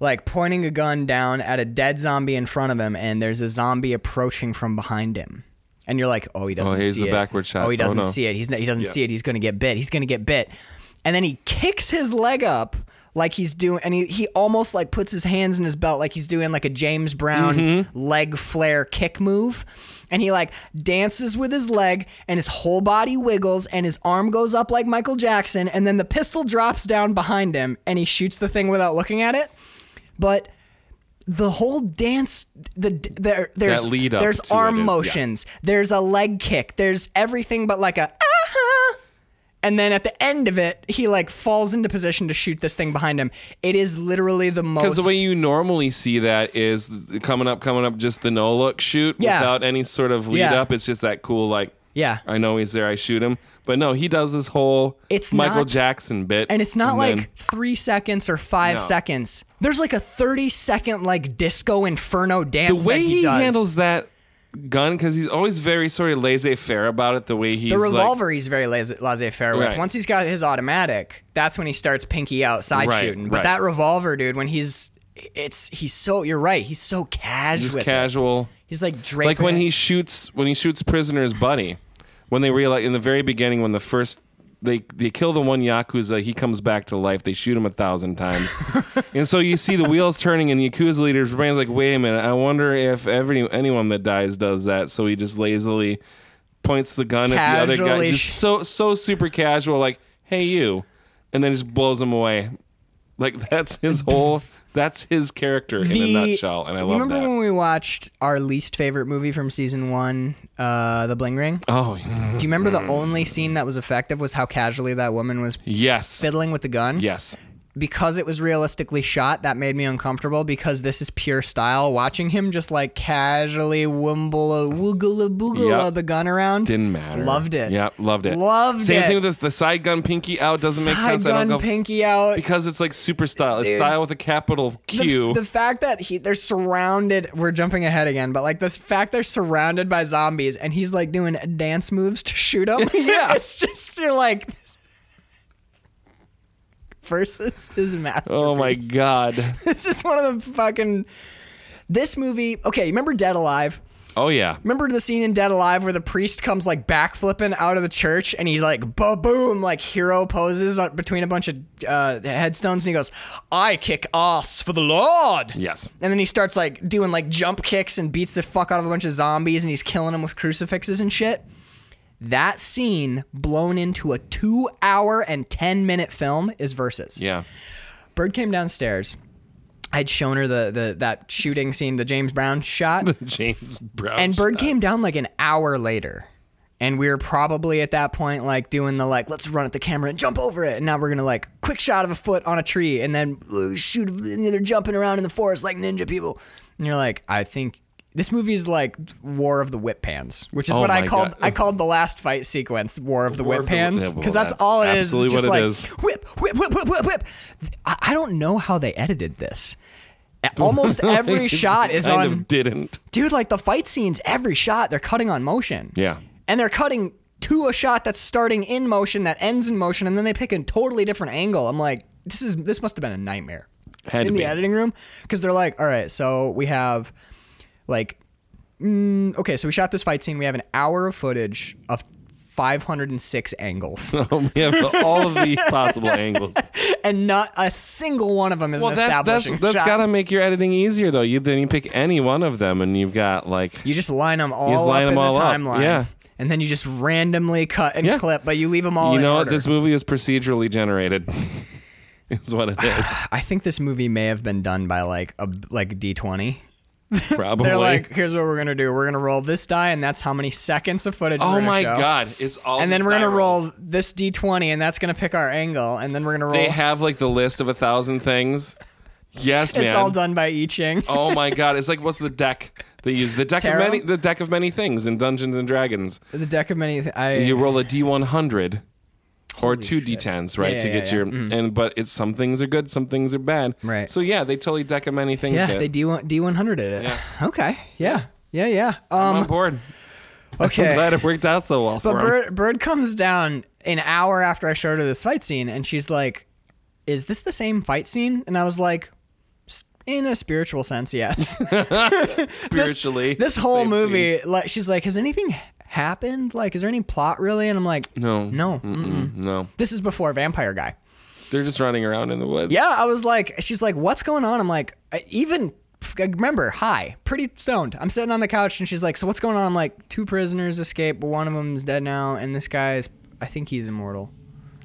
[SPEAKER 3] like pointing a gun down at a dead zombie in front of him, and there's a zombie approaching from behind him. And you're like, oh, he doesn't
[SPEAKER 4] here's
[SPEAKER 3] see
[SPEAKER 4] the
[SPEAKER 3] it.
[SPEAKER 4] backward shot.
[SPEAKER 3] Oh, he
[SPEAKER 4] Oh,
[SPEAKER 3] doesn't
[SPEAKER 4] no.
[SPEAKER 3] see it. He's not, he doesn't see it. He's gonna get bit. He's gonna get bit. And then he kicks his leg up like he's doing, and he, he almost like puts his hands in his belt like he's doing like a James Brown
[SPEAKER 4] Mm-hmm.
[SPEAKER 3] leg flare kick move. And he like dances with his leg, and his whole body wiggles, and his arm goes up like Michael Jackson. And then the pistol drops down behind him, and he shoots the thing without looking at it but the whole dance the there there's
[SPEAKER 4] That lead up
[SPEAKER 3] there's
[SPEAKER 4] to
[SPEAKER 3] arm
[SPEAKER 4] it is-
[SPEAKER 3] motions there's a leg kick there's everything but like a uh and then at the end of it he like falls into position to shoot this thing behind him it is literally the most
[SPEAKER 4] Because the way you normally see that is th- coming up, coming up, just the no look shoot
[SPEAKER 3] Yeah.
[SPEAKER 4] without any sort of lead
[SPEAKER 3] Yeah.
[SPEAKER 4] up. It's just that cool, like,
[SPEAKER 3] Yeah.
[SPEAKER 4] I know he's there, I shoot him. But no, he does this whole
[SPEAKER 3] It's
[SPEAKER 4] Michael
[SPEAKER 3] not-
[SPEAKER 4] Jackson bit.
[SPEAKER 3] and it's not like
[SPEAKER 4] then-
[SPEAKER 3] three seconds or five
[SPEAKER 4] No.
[SPEAKER 3] seconds there's like a 30 second like disco inferno dance
[SPEAKER 4] the way
[SPEAKER 3] that he,
[SPEAKER 4] he,
[SPEAKER 3] does
[SPEAKER 4] handles that gun, because he's always very sort of laissez faire about it. The way he's
[SPEAKER 3] the
[SPEAKER 4] like-
[SPEAKER 3] revolver he's very laissez faire with.
[SPEAKER 4] Right.
[SPEAKER 3] Once he's got his automatic, that's when he starts pinky out side
[SPEAKER 4] Right,
[SPEAKER 3] shooting. But
[SPEAKER 4] right.
[SPEAKER 3] that revolver, dude, when he's it's he's so you're right. He's so casual.
[SPEAKER 4] just casual.
[SPEAKER 3] He's like Drake.
[SPEAKER 4] like when he shoots when he shoots prisoner's buddy when they realize in the very beginning when the first they they kill the one yakuza he comes back to life they shoot him a thousand times and so you see the wheels turning and yakuza leader's brain's like wait a minute i wonder if every anyone that dies does that so he just lazily points the gun at the other
[SPEAKER 3] Casually
[SPEAKER 4] guy
[SPEAKER 3] sh-
[SPEAKER 4] just so so super casual like hey you and then just blows him away like that's his whole that's his character in a nutshell and i love
[SPEAKER 3] remember
[SPEAKER 4] that
[SPEAKER 3] when we watched our least favorite movie from season one, uh, The Bling Ring?
[SPEAKER 4] oh
[SPEAKER 3] Do you remember the only scene that was effective was how casually that woman was
[SPEAKER 4] yes
[SPEAKER 3] fiddling with the gun?
[SPEAKER 4] Yes.
[SPEAKER 3] because it was realistically shot, that made me uncomfortable because this is pure style. Watching him just like casually wimble a woogle a boogle
[SPEAKER 4] Yep.
[SPEAKER 3] the gun around.
[SPEAKER 4] Didn't matter.
[SPEAKER 3] Loved it.
[SPEAKER 4] Yep, loved it.
[SPEAKER 3] Loved
[SPEAKER 4] Same
[SPEAKER 3] it.
[SPEAKER 4] thing with this. The side gun pinky out doesn't make
[SPEAKER 3] Side
[SPEAKER 4] sense. I
[SPEAKER 3] gun
[SPEAKER 4] don't go
[SPEAKER 3] pinky out.
[SPEAKER 4] because it's like super style. It's style with a capital Q.
[SPEAKER 3] The, the fact that he they're surrounded we're jumping ahead again, but like this fact they're surrounded by zombies and he's like doing dance moves to shoot them.
[SPEAKER 4] Yeah.
[SPEAKER 3] it's just you're like versus his master.
[SPEAKER 4] oh my god.
[SPEAKER 3] This is one of the fucking this movie. Okay, remember Dead Alive?
[SPEAKER 4] Oh yeah.
[SPEAKER 3] Remember the scene in Dead Alive where the priest comes like backflipping out of the church and he like ba boom like hero poses on- between a bunch of uh, headstones and he goes, "I kick ass for the Lord."
[SPEAKER 4] Yes.
[SPEAKER 3] And then he starts like doing like jump kicks and beats the fuck out of a bunch of zombies and he's killing them with crucifixes and shit. That scene blown into a two hour and ten minute film is versus.
[SPEAKER 4] Yeah.
[SPEAKER 3] Bird came downstairs. I'd shown her the, the that shooting scene, the James Brown shot.
[SPEAKER 4] James Brown.
[SPEAKER 3] And Bird came down like an hour later. And we were probably at that point like doing the like, let's run at the camera and jump over it. And now we're gonna like quick shot of a foot on a tree and then uh, shoot. And they're jumping around in the forest like ninja people. And you're like, I think This movie is like War of the Whip Pans, which is
[SPEAKER 4] Oh
[SPEAKER 3] what I
[SPEAKER 4] my
[SPEAKER 3] called
[SPEAKER 4] God.
[SPEAKER 3] I called the last fight sequence War of the
[SPEAKER 4] War
[SPEAKER 3] Whip
[SPEAKER 4] of the Whip-
[SPEAKER 3] Pans
[SPEAKER 4] yeah, well,
[SPEAKER 3] because that's,
[SPEAKER 4] that's
[SPEAKER 3] all it is.
[SPEAKER 4] absolutely
[SPEAKER 3] It's just
[SPEAKER 4] what it
[SPEAKER 3] like
[SPEAKER 4] is.
[SPEAKER 3] whip, whip, whip, whip, whip, whip. I, I don't know how they edited this. Almost every shot is
[SPEAKER 4] kind
[SPEAKER 3] on
[SPEAKER 4] of didn't.
[SPEAKER 3] dude, like the fight scenes, every shot they're cutting on motion.
[SPEAKER 4] Yeah.
[SPEAKER 3] And they're cutting to a shot that's starting in motion that ends in motion, and then they pick a totally different angle. I'm like, this is this must have been a nightmare
[SPEAKER 4] Had to
[SPEAKER 3] in the
[SPEAKER 4] be.
[SPEAKER 3] editing room because they're like, all right, so we have like, mm, okay, so we shot this fight scene. We have an hour of footage of 506 angles,
[SPEAKER 4] So Oh, we have all of the possible angles.
[SPEAKER 3] and not a single one of them is
[SPEAKER 4] Well,
[SPEAKER 3] an
[SPEAKER 4] that's that's
[SPEAKER 3] establishing
[SPEAKER 4] that's
[SPEAKER 3] shot.
[SPEAKER 4] got to make your editing easier though. You then you pick any one of them and you've got like
[SPEAKER 3] You just line them all
[SPEAKER 4] just line 'em
[SPEAKER 3] up in
[SPEAKER 4] all
[SPEAKER 3] the
[SPEAKER 4] up,
[SPEAKER 3] timeline.
[SPEAKER 4] yeah.
[SPEAKER 3] And then you just randomly cut and
[SPEAKER 4] Yeah.
[SPEAKER 3] clip, but you leave them all
[SPEAKER 4] you
[SPEAKER 3] in
[SPEAKER 4] know what
[SPEAKER 3] order.
[SPEAKER 4] this movie is procedurally generated. is what it is.
[SPEAKER 3] I think this movie may have been done by like a like D20.
[SPEAKER 4] Probably.
[SPEAKER 3] They're like, here's what we're gonna do. We're gonna roll this die, and that's how many seconds of footage.
[SPEAKER 4] oh
[SPEAKER 3] we're gonna
[SPEAKER 4] my
[SPEAKER 3] show.
[SPEAKER 4] god, it's all.
[SPEAKER 3] And then
[SPEAKER 4] these
[SPEAKER 3] we're gonna
[SPEAKER 4] die rolls.
[SPEAKER 3] roll this D20, and that's gonna pick our angle, and then we're gonna roll.
[SPEAKER 4] They have like the list of a thousand things. Yes, man.
[SPEAKER 3] it's all done by I Ching.
[SPEAKER 4] oh my god, it's like what's the deck they use? The deck
[SPEAKER 3] Tarot?
[SPEAKER 4] of many, the deck of many things in Dungeons and Dragons.
[SPEAKER 3] The deck of many. Th- I
[SPEAKER 4] You roll a d100 or two d10s, right,
[SPEAKER 3] Yeah,
[SPEAKER 4] to
[SPEAKER 3] yeah,
[SPEAKER 4] get
[SPEAKER 3] yeah. Mm-hmm.
[SPEAKER 4] your and but it's some things are good, some things are bad.
[SPEAKER 3] Right.
[SPEAKER 4] So yeah, they totally deck of many things.
[SPEAKER 3] yeah,
[SPEAKER 4] did.
[SPEAKER 3] they D D100 at it.
[SPEAKER 4] Yeah.
[SPEAKER 3] Okay. Yeah. Yeah. Yeah.
[SPEAKER 4] I'm
[SPEAKER 3] Um.
[SPEAKER 4] on board.
[SPEAKER 3] okay.
[SPEAKER 4] I'm glad it worked out so well
[SPEAKER 3] But
[SPEAKER 4] for 'em.
[SPEAKER 3] Bird, Bird comes down an hour after I showed her this fight scene, and she's like, "Is this the same fight scene?" And I was like, "S- "In a spiritual sense, yes."
[SPEAKER 4] spiritually.
[SPEAKER 3] this whole
[SPEAKER 4] same scene.
[SPEAKER 3] movie, like, she's like, "Has anything happened? Like, is there any plot really?" And I'm like,
[SPEAKER 4] No.
[SPEAKER 3] no." mm-mm."
[SPEAKER 4] Mm, No.
[SPEAKER 3] This is before Vampire Guy.
[SPEAKER 4] They're just running around in the woods.
[SPEAKER 3] Yeah, I was like, she's like, "What's going on?" I'm like, I even. I Remember, high, pretty stoned. I'm sitting on the couch and she's like, "So what's going on?" I'm like, two prisoners escaped, but one of them's dead now, and this guy's, I think he's immortal.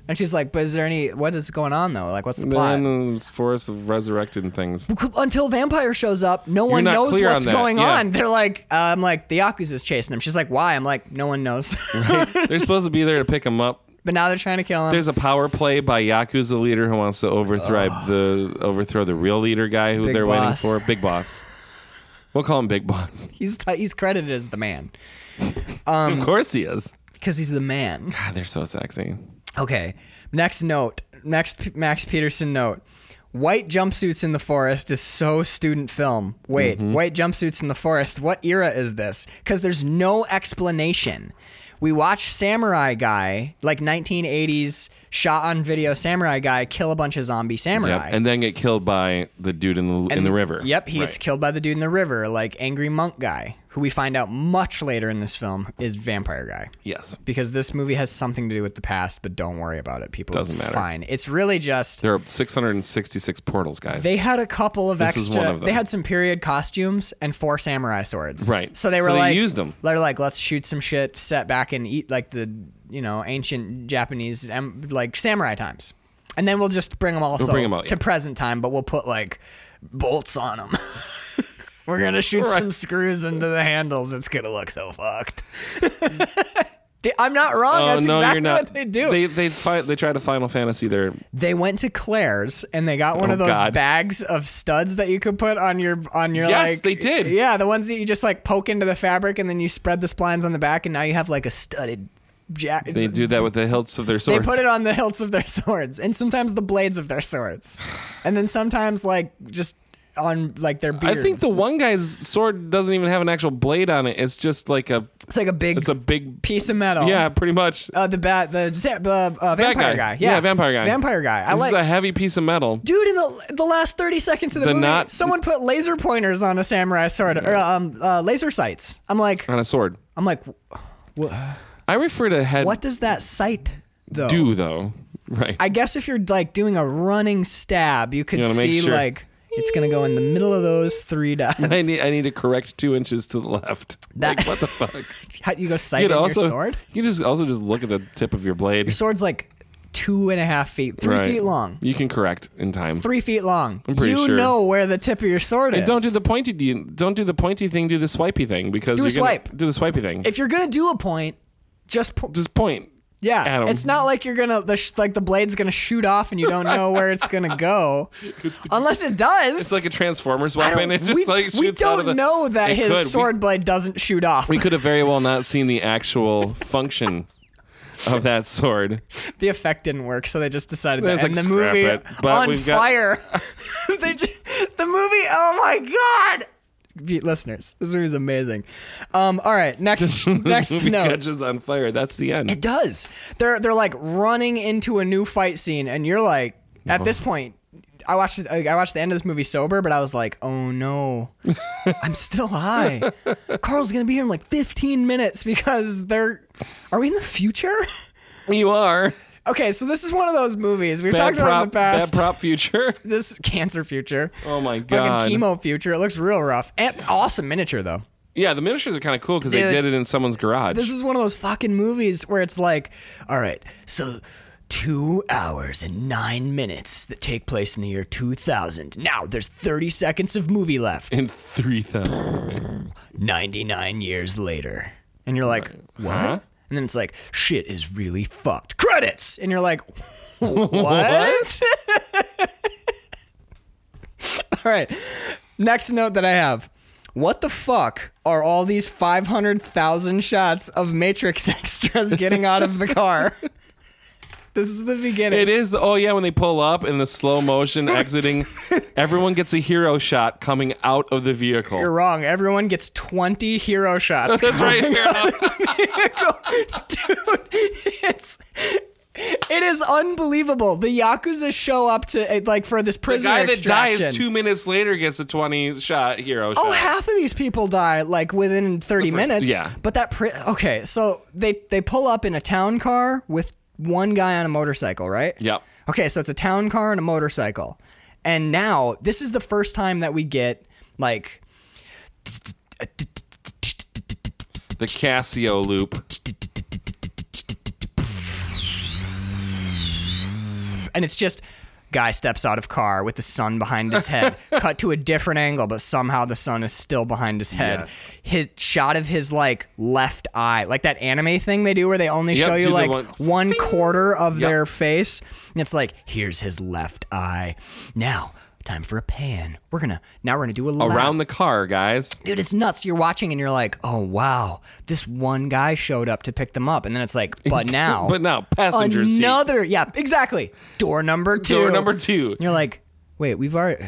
[SPEAKER 3] And she's like, "But is there any? What is going on though? Like, what's the
[SPEAKER 4] They're
[SPEAKER 3] plot?"
[SPEAKER 4] in the forest of resurrected and things.
[SPEAKER 3] Until vampire shows up, no one
[SPEAKER 4] not
[SPEAKER 3] knows
[SPEAKER 4] clear on
[SPEAKER 3] what's
[SPEAKER 4] that,
[SPEAKER 3] going
[SPEAKER 4] yeah.
[SPEAKER 3] on. They're like, uh, I'm like, the Yakuza's chasing him. She's like, why? I'm like, no one knows.
[SPEAKER 4] They're supposed to be there to pick them up.
[SPEAKER 3] but now they're trying to kill him.
[SPEAKER 4] There's a power play by Yakuza leader who wants to overthrow the overthrow the real leader guy who
[SPEAKER 3] Big
[SPEAKER 4] they're
[SPEAKER 3] boss.
[SPEAKER 4] waiting for, Big Boss. We'll call him Big Boss.
[SPEAKER 3] he's t- he's credited as the man Um,
[SPEAKER 4] of course he is.
[SPEAKER 3] because he's the man.
[SPEAKER 4] God, they're so sexy.
[SPEAKER 3] Okay. Next note. Next P- Max Peterson note. White jumpsuits in the forest is so student film. Wait,
[SPEAKER 4] Mm-hmm.
[SPEAKER 3] white jumpsuits in the forest. What era is this? Because there's no explanation. We watch Samurai Guy, like 1980s shot on video Samurai Guy, kill a bunch of zombie samurai.
[SPEAKER 4] Yep. And then get killed by the dude in the in the river.
[SPEAKER 3] Yep, he gets
[SPEAKER 4] Right.
[SPEAKER 3] killed by the dude in the river, like angry monk guy, who we find out much later in this film is vampire guy
[SPEAKER 4] Yes.
[SPEAKER 3] because this movie has something to do with the past, but don't worry about it, people.
[SPEAKER 4] Doesn't
[SPEAKER 3] it's
[SPEAKER 4] matter.
[SPEAKER 3] Fine. It's really just
[SPEAKER 4] There are 666 portals, guys.
[SPEAKER 3] they had a couple of
[SPEAKER 4] This is
[SPEAKER 3] extra.
[SPEAKER 4] one of them.
[SPEAKER 3] They had some period costumes and four samurai swords.
[SPEAKER 4] Right.
[SPEAKER 3] So they
[SPEAKER 4] So
[SPEAKER 3] were
[SPEAKER 4] they
[SPEAKER 3] like,
[SPEAKER 4] used them.
[SPEAKER 3] They're like, let's shoot some shit set back and eat like the you know ancient Japanese em- like samurai times, and then we'll just bring them all
[SPEAKER 4] bring 'em out,
[SPEAKER 3] to
[SPEAKER 4] yeah.
[SPEAKER 3] present time, but we'll put like bolts on them. We're gonna shoot
[SPEAKER 4] Right.
[SPEAKER 3] some screws into the handles. It's gonna look so fucked. Di- I'm not wrong.
[SPEAKER 4] oh
[SPEAKER 3] That's
[SPEAKER 4] no,
[SPEAKER 3] exactly
[SPEAKER 4] you're not.
[SPEAKER 3] what they do.
[SPEAKER 4] They they fi- they try to Final Fantasy their
[SPEAKER 3] They went to Claire's and they got one
[SPEAKER 4] Oh,
[SPEAKER 3] of those
[SPEAKER 4] God.
[SPEAKER 3] bags of studs that you could put on your on your
[SPEAKER 4] Yes,
[SPEAKER 3] like
[SPEAKER 4] they did.
[SPEAKER 3] Yeah, the ones that you just like poke into the fabric and then you spread the splines on the back and now you have like a studded jacket.
[SPEAKER 4] they do that with the hilts of their
[SPEAKER 3] They
[SPEAKER 4] swords.
[SPEAKER 3] put it on the hilts of their swords and sometimes the blades of their swords. And then sometimes like just on like their
[SPEAKER 4] I
[SPEAKER 3] beards.
[SPEAKER 4] think the one guy's sword doesn't even have an actual blade on it. It's just like a
[SPEAKER 3] it's like a big
[SPEAKER 4] it's a big
[SPEAKER 3] piece of metal.
[SPEAKER 4] yeah, pretty much.
[SPEAKER 3] Uh, the bat, the sa- uh, uh, vampire
[SPEAKER 4] guy.
[SPEAKER 3] guy.
[SPEAKER 4] Yeah, vampire guy.
[SPEAKER 3] Vampire guy. I
[SPEAKER 4] this
[SPEAKER 3] like
[SPEAKER 4] is a heavy piece of metal.
[SPEAKER 3] Dude, in the the last thirty seconds of the,
[SPEAKER 4] The
[SPEAKER 3] movie,
[SPEAKER 4] not-
[SPEAKER 3] someone put laser pointers on a samurai sword or um, uh, laser sights. I'm like,
[SPEAKER 4] On a sword.
[SPEAKER 3] I'm like,
[SPEAKER 4] I refer to head
[SPEAKER 3] what does that sight though?
[SPEAKER 4] do though, right?
[SPEAKER 3] I guess if you're like doing a running stab, you could
[SPEAKER 4] You wanna make
[SPEAKER 3] see
[SPEAKER 4] sure.
[SPEAKER 3] like it's gonna go in the middle of those three dots.
[SPEAKER 4] I need I need to correct two inches to the left.
[SPEAKER 3] That-
[SPEAKER 4] like what the fuck?
[SPEAKER 3] How do you go sight
[SPEAKER 4] You
[SPEAKER 3] in
[SPEAKER 4] could also
[SPEAKER 3] your sword?
[SPEAKER 4] you just also just look at the tip of your blade.
[SPEAKER 3] Your sword's like two and a half feet, three
[SPEAKER 4] Right.
[SPEAKER 3] feet long,
[SPEAKER 4] You can correct in time.
[SPEAKER 3] three feet long. I'm
[SPEAKER 4] pretty
[SPEAKER 3] you
[SPEAKER 4] sure.
[SPEAKER 3] know where the tip of your sword is.
[SPEAKER 4] And don't do the pointy. you- Don't do the pointy thing. Do the swipey thing because
[SPEAKER 3] Do a
[SPEAKER 4] you're gonna-
[SPEAKER 3] swipe.
[SPEAKER 4] Do the swipey thing.
[SPEAKER 3] if you're gonna do a point, just po-
[SPEAKER 4] just point.
[SPEAKER 3] Yeah,
[SPEAKER 4] Adam.
[SPEAKER 3] it's not like you're gonna the sh- like the blade's gonna shoot off and you don't know where it's gonna go, unless it does.
[SPEAKER 4] It's like a Transformers
[SPEAKER 3] I
[SPEAKER 4] weapon.
[SPEAKER 3] don't-
[SPEAKER 4] It just
[SPEAKER 3] we,
[SPEAKER 4] like
[SPEAKER 3] we
[SPEAKER 4] shoots
[SPEAKER 3] don't
[SPEAKER 4] out of the,
[SPEAKER 3] know that
[SPEAKER 4] It
[SPEAKER 3] his
[SPEAKER 4] could. We-
[SPEAKER 3] sword blade doesn't shoot off.
[SPEAKER 4] We could have very well not seen the actual function of that sword.
[SPEAKER 3] the effect didn't work, so they just decided that.
[SPEAKER 4] It's
[SPEAKER 3] And
[SPEAKER 4] like,
[SPEAKER 3] the
[SPEAKER 4] scrap
[SPEAKER 3] movie
[SPEAKER 4] it, but
[SPEAKER 3] on
[SPEAKER 4] we've got-
[SPEAKER 3] fire. they just, the movie. Oh my god. Be- Listeners, this movie's amazing. Um, all right, next next
[SPEAKER 4] Movie
[SPEAKER 3] note.
[SPEAKER 4] catches on fire. That's the end.
[SPEAKER 3] It does. They're they're like running into a new fight scene, and you're like, at
[SPEAKER 4] Uh-huh.
[SPEAKER 3] this point, I watched it- I watched the end of this movie sober, but I was like, oh no, I'm still high. Carl's gonna be here in like 15 minutes because they're. Are we in the future?
[SPEAKER 4] you are
[SPEAKER 3] Okay, so this is one of those movies we've
[SPEAKER 4] bad
[SPEAKER 3] talked about
[SPEAKER 4] prop,
[SPEAKER 3] in the past.
[SPEAKER 4] bad prop future.
[SPEAKER 3] This cancer future,
[SPEAKER 4] Oh my god!
[SPEAKER 3] fucking chemo future. It looks real rough and awesome miniature though.
[SPEAKER 4] Yeah, the miniatures are kind of cool because they
[SPEAKER 3] Dude.
[SPEAKER 4] did it in someone's garage.
[SPEAKER 3] This is one of those fucking movies where it's like, all right, so two hours and nine minutes that take place in the year 2000. Now there's 30 seconds of movie left.
[SPEAKER 4] in three thousand.
[SPEAKER 3] 99 years later. And you're like, what? And then it's like, shit is really fucked. Credits! And you're like, what? all right. Next note that I have. What the fuck are all these 500,000 shots of Matrix extras getting out of the car? this is the beginning.
[SPEAKER 4] It is. The, oh yeah, when they pull up in the slow motion exiting, everyone gets a hero shot coming out of the vehicle.
[SPEAKER 3] You're wrong. Everyone gets 20 hero shots.
[SPEAKER 4] That's right. Fair enough.
[SPEAKER 3] dude it's it is unbelievable the yakuza show up to eh, like for this
[SPEAKER 4] The
[SPEAKER 3] prisoner
[SPEAKER 4] guy that
[SPEAKER 3] extraction
[SPEAKER 4] dies two minutes later gets a twenty shot hero
[SPEAKER 3] Oh,
[SPEAKER 4] shot.
[SPEAKER 3] half of these people die like within 30 minutes.
[SPEAKER 4] yeah.
[SPEAKER 3] But that pri- okay, so they they pull up in a town car with one guy on a motorcycle, right?
[SPEAKER 4] Yep.
[SPEAKER 3] Okay, so it's a town car and a motorcycle. And now this is the first time that we get like
[SPEAKER 4] The Casio loop.
[SPEAKER 3] and it's just guy steps out of car with the sun behind his head cut to a different angle but somehow the sun is still behind his head
[SPEAKER 4] Yes.
[SPEAKER 3] his shot of his like left eye like that anime thing they do where they only
[SPEAKER 4] Yep,
[SPEAKER 3] show you
[SPEAKER 4] do the
[SPEAKER 3] like
[SPEAKER 4] one-
[SPEAKER 3] one, quarter of
[SPEAKER 4] Yep.
[SPEAKER 3] their face and it's like here's his left eye now time for a pan we're gonna now we're gonna do a lap.
[SPEAKER 4] Around the car, guys.
[SPEAKER 3] dude it's nuts you're watching and you're like oh wow this one guy showed up to pick them up and then it's like but now
[SPEAKER 4] But now, passenger seat.
[SPEAKER 3] another yeah exactly door number two
[SPEAKER 4] Door number two.
[SPEAKER 3] and you're like, wait, we've already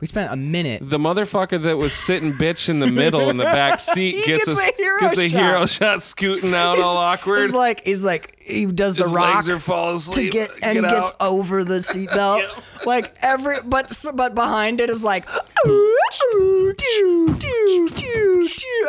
[SPEAKER 3] we spent a minute.
[SPEAKER 4] The motherfucker that was sitting bitch in the middle in the back seat
[SPEAKER 3] He
[SPEAKER 4] gets,
[SPEAKER 3] gets a hero
[SPEAKER 4] gets a
[SPEAKER 3] shot.
[SPEAKER 4] hero shot scooting out all awkward.
[SPEAKER 3] He's like, he's like, he does
[SPEAKER 4] His
[SPEAKER 3] the rock
[SPEAKER 4] legs are falling
[SPEAKER 3] to
[SPEAKER 4] asleep.
[SPEAKER 3] get, and he gets
[SPEAKER 4] out.
[SPEAKER 3] over the seatbelt. Like every, but so- but behind it is like, "Ooh, ooh, doo, doo, doo, doo."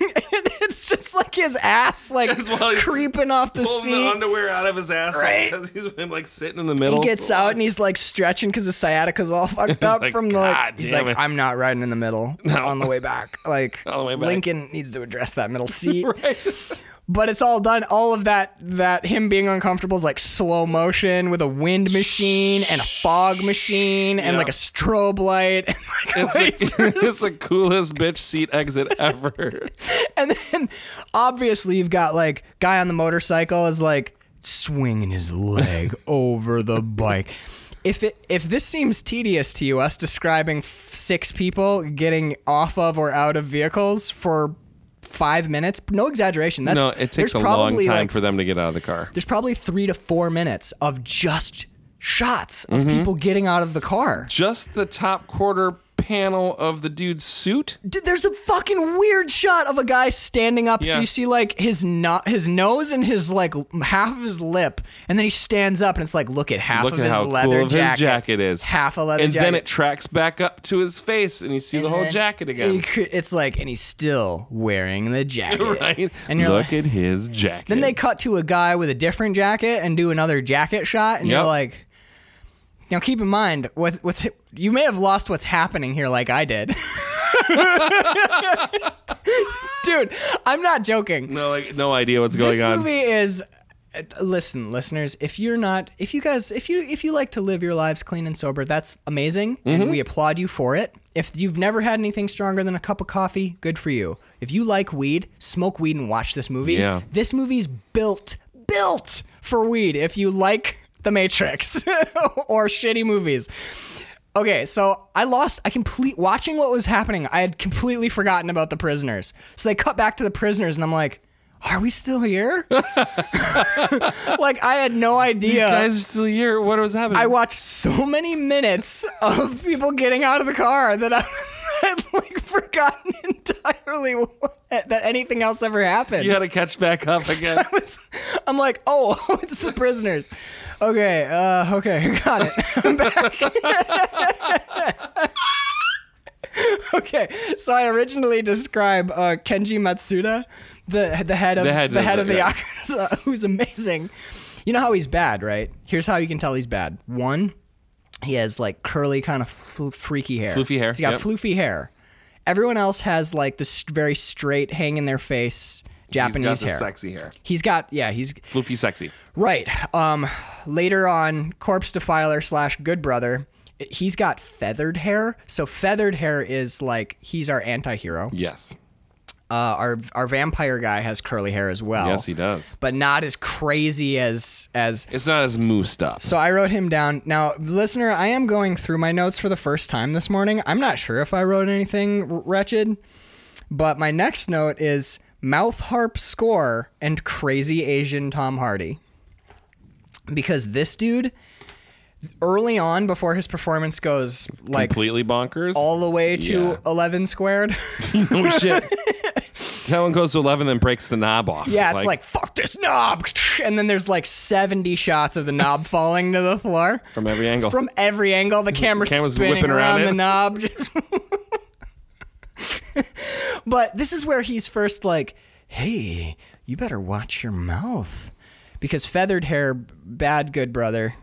[SPEAKER 3] and it's just like his ass like
[SPEAKER 4] Yes, while he's
[SPEAKER 3] creeping off the
[SPEAKER 4] pulling the
[SPEAKER 3] seat.
[SPEAKER 4] underwear out of his ass
[SPEAKER 3] Right.
[SPEAKER 4] because he's been like sitting in the middle.
[SPEAKER 3] He gets out and he's like stretching because his sciatica's all fucked up
[SPEAKER 4] like,
[SPEAKER 3] from the. Like,
[SPEAKER 4] "God
[SPEAKER 3] he's
[SPEAKER 4] damn
[SPEAKER 3] like,
[SPEAKER 4] it."
[SPEAKER 3] I'm not riding in the middle on the way back. Like
[SPEAKER 4] On the way back.
[SPEAKER 3] Lincoln needs to address that middle seat.
[SPEAKER 4] Right.
[SPEAKER 3] But it's all done. All of that that him being uncomfortable is like slow motion with a wind machine and a fog machine and
[SPEAKER 4] Yeah.
[SPEAKER 3] like a strobe light and like
[SPEAKER 4] It's the,
[SPEAKER 3] lasers.
[SPEAKER 4] it's the coolest bitch seat exit ever.
[SPEAKER 3] and then obviously you've got like guy on the motorcycle is like swinging his leg over the bike. If it if this seems tedious to you, us describing f- six people getting off of or out of vehicles for five minutes, no exaggeration. That's
[SPEAKER 4] no, it takes
[SPEAKER 3] there's
[SPEAKER 4] a long time
[SPEAKER 3] probably, like,
[SPEAKER 4] for them to get out of the car.
[SPEAKER 3] There's probably three to four minutes of just shots of
[SPEAKER 4] Mm-hmm.
[SPEAKER 3] people getting out of the car.
[SPEAKER 4] Just the top quarter panel of the dude's suit.
[SPEAKER 3] Dude, there's a fucking weird shot of a guy standing up.
[SPEAKER 4] Yeah.
[SPEAKER 3] So you see like his not his nose and his like l- half of his lip, and then he stands up, and it's like look at half
[SPEAKER 4] Look
[SPEAKER 3] of
[SPEAKER 4] at
[SPEAKER 3] his
[SPEAKER 4] how
[SPEAKER 3] leather
[SPEAKER 4] cool of
[SPEAKER 3] jacket.
[SPEAKER 4] his jacket is.
[SPEAKER 3] Half a leather
[SPEAKER 4] and
[SPEAKER 3] jacket.
[SPEAKER 4] then it tracks back up to his face, and you see the whole
[SPEAKER 3] Then
[SPEAKER 4] jacket
[SPEAKER 3] he
[SPEAKER 4] again.
[SPEAKER 3] cou- It's like, and he's still wearing the jacket.
[SPEAKER 4] right?
[SPEAKER 3] And you're
[SPEAKER 4] Look
[SPEAKER 3] like,
[SPEAKER 4] at his jacket.
[SPEAKER 3] then they cut to a guy with a different jacket and do another jacket shot, and
[SPEAKER 4] Yep.
[SPEAKER 3] you're like. Now keep in mind what's what's you may have lost what's happening here like I did. Dude, I'm not joking.
[SPEAKER 4] no, like, no idea what's going
[SPEAKER 3] this
[SPEAKER 4] on.
[SPEAKER 3] movie is uh, listen listeners if you're not if you guys if you if you like to live your lives clean and sober that's amazing
[SPEAKER 4] Mm-hmm.
[SPEAKER 3] and we applaud you for it if you've never had anything stronger than a cup of coffee good for you if you like weed smoke weed and watch this movie
[SPEAKER 4] Yeah.
[SPEAKER 3] this movie's built built for weed if you like The Matrix or shitty movies. Okay, so I lost. I complete watching what was happening. I had completely forgotten about the prisoners. So they cut back to the prisoners, and I'm like, "Are we still here?" like I had no idea.
[SPEAKER 4] Guys, are still here. What was happening?
[SPEAKER 3] uh, I watched so many minutes of people getting out of the car that I had like forgotten entirely what, that anything else ever happened.
[SPEAKER 4] you had to catch back up again.
[SPEAKER 3] I'm like, oh, it's the prisoners. Okay, uh, okay, got it. I'm back. okay, so I originally describe uh, Kenji Matsuda, the the head of the head, of, the
[SPEAKER 4] yeah.
[SPEAKER 3] Yakuza, who's amazing. You know how he's bad, right? Here's how you can tell he's bad. One, he has like curly, kind of fl- freaky hair.
[SPEAKER 4] Floofy hair,
[SPEAKER 3] He's got
[SPEAKER 4] yep.
[SPEAKER 3] floofy hair. Everyone else has like this very straight, hang in their face
[SPEAKER 4] He's got
[SPEAKER 3] Japanese
[SPEAKER 4] the
[SPEAKER 3] hair.
[SPEAKER 4] sexy hair.
[SPEAKER 3] He's got yeah, he's
[SPEAKER 4] Floofy sexy.
[SPEAKER 3] right. Um later on Corpse Defiler slash Good Brother, he's got feathered hair. So feathered hair is like he's our anti hero.
[SPEAKER 4] Yes.
[SPEAKER 3] Uh, our our vampire guy has curly hair as well.
[SPEAKER 4] Yes, he does.
[SPEAKER 3] But not as crazy as as
[SPEAKER 4] It's not as moosed up.
[SPEAKER 3] so I wrote him down. Now, listener, I am going through my notes for the first time this morning. I'm not sure if I wrote anything wr- wretched, but my next note is mouth harp score and crazy Asian Tom Hardy. Because this dude, early on before his performance goes like
[SPEAKER 4] Completely bonkers.
[SPEAKER 3] all the way to
[SPEAKER 4] Yeah.
[SPEAKER 3] 11 squared.
[SPEAKER 4] oh shit. That one goes to eleven, then breaks the knob off.
[SPEAKER 3] Yeah, it's like, fuck this knob, and then there's like 70 shots of the knob falling to the floor
[SPEAKER 4] from every angle.
[SPEAKER 3] From every angle, the camera's,
[SPEAKER 4] camera's
[SPEAKER 3] spinning
[SPEAKER 4] whipping
[SPEAKER 3] around,
[SPEAKER 4] around
[SPEAKER 3] the
[SPEAKER 4] it.
[SPEAKER 3] knob. Just but this is where he's first like, "Hey, you better watch your mouth," because feathered hair, bad good brother.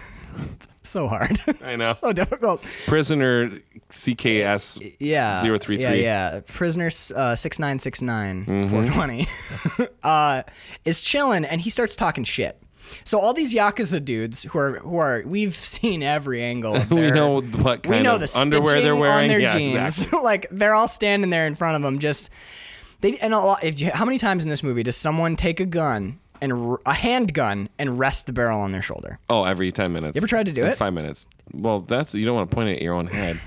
[SPEAKER 3] so hard,
[SPEAKER 4] I know.
[SPEAKER 3] so difficult.
[SPEAKER 4] Prisoner CKS.
[SPEAKER 3] Yeah,
[SPEAKER 4] 033.
[SPEAKER 3] Yeah, yeah. Prisoner uh, six nine six nine
[SPEAKER 4] Mm-hmm.
[SPEAKER 3] four twenty uh, is chilling, and he starts talking shit. So all these yakuza dudes who are who are we've seen every angle. Of
[SPEAKER 4] We
[SPEAKER 3] their-
[SPEAKER 4] know what kind
[SPEAKER 3] we know
[SPEAKER 4] of
[SPEAKER 3] the
[SPEAKER 4] underwear they're
[SPEAKER 3] stitching
[SPEAKER 4] wearing.
[SPEAKER 3] on their
[SPEAKER 4] yeah,
[SPEAKER 3] jeans.
[SPEAKER 4] exactly.
[SPEAKER 3] like they're all standing there in front of them, just they. And a lot. If you, how many times in this movie does someone take a gun and r- a handgun and rest the barrel on their shoulder?
[SPEAKER 4] Oh, every ten minutes. You
[SPEAKER 3] ever tried to do it?
[SPEAKER 4] Five minutes. Well, that's you don't want to point it at your own head.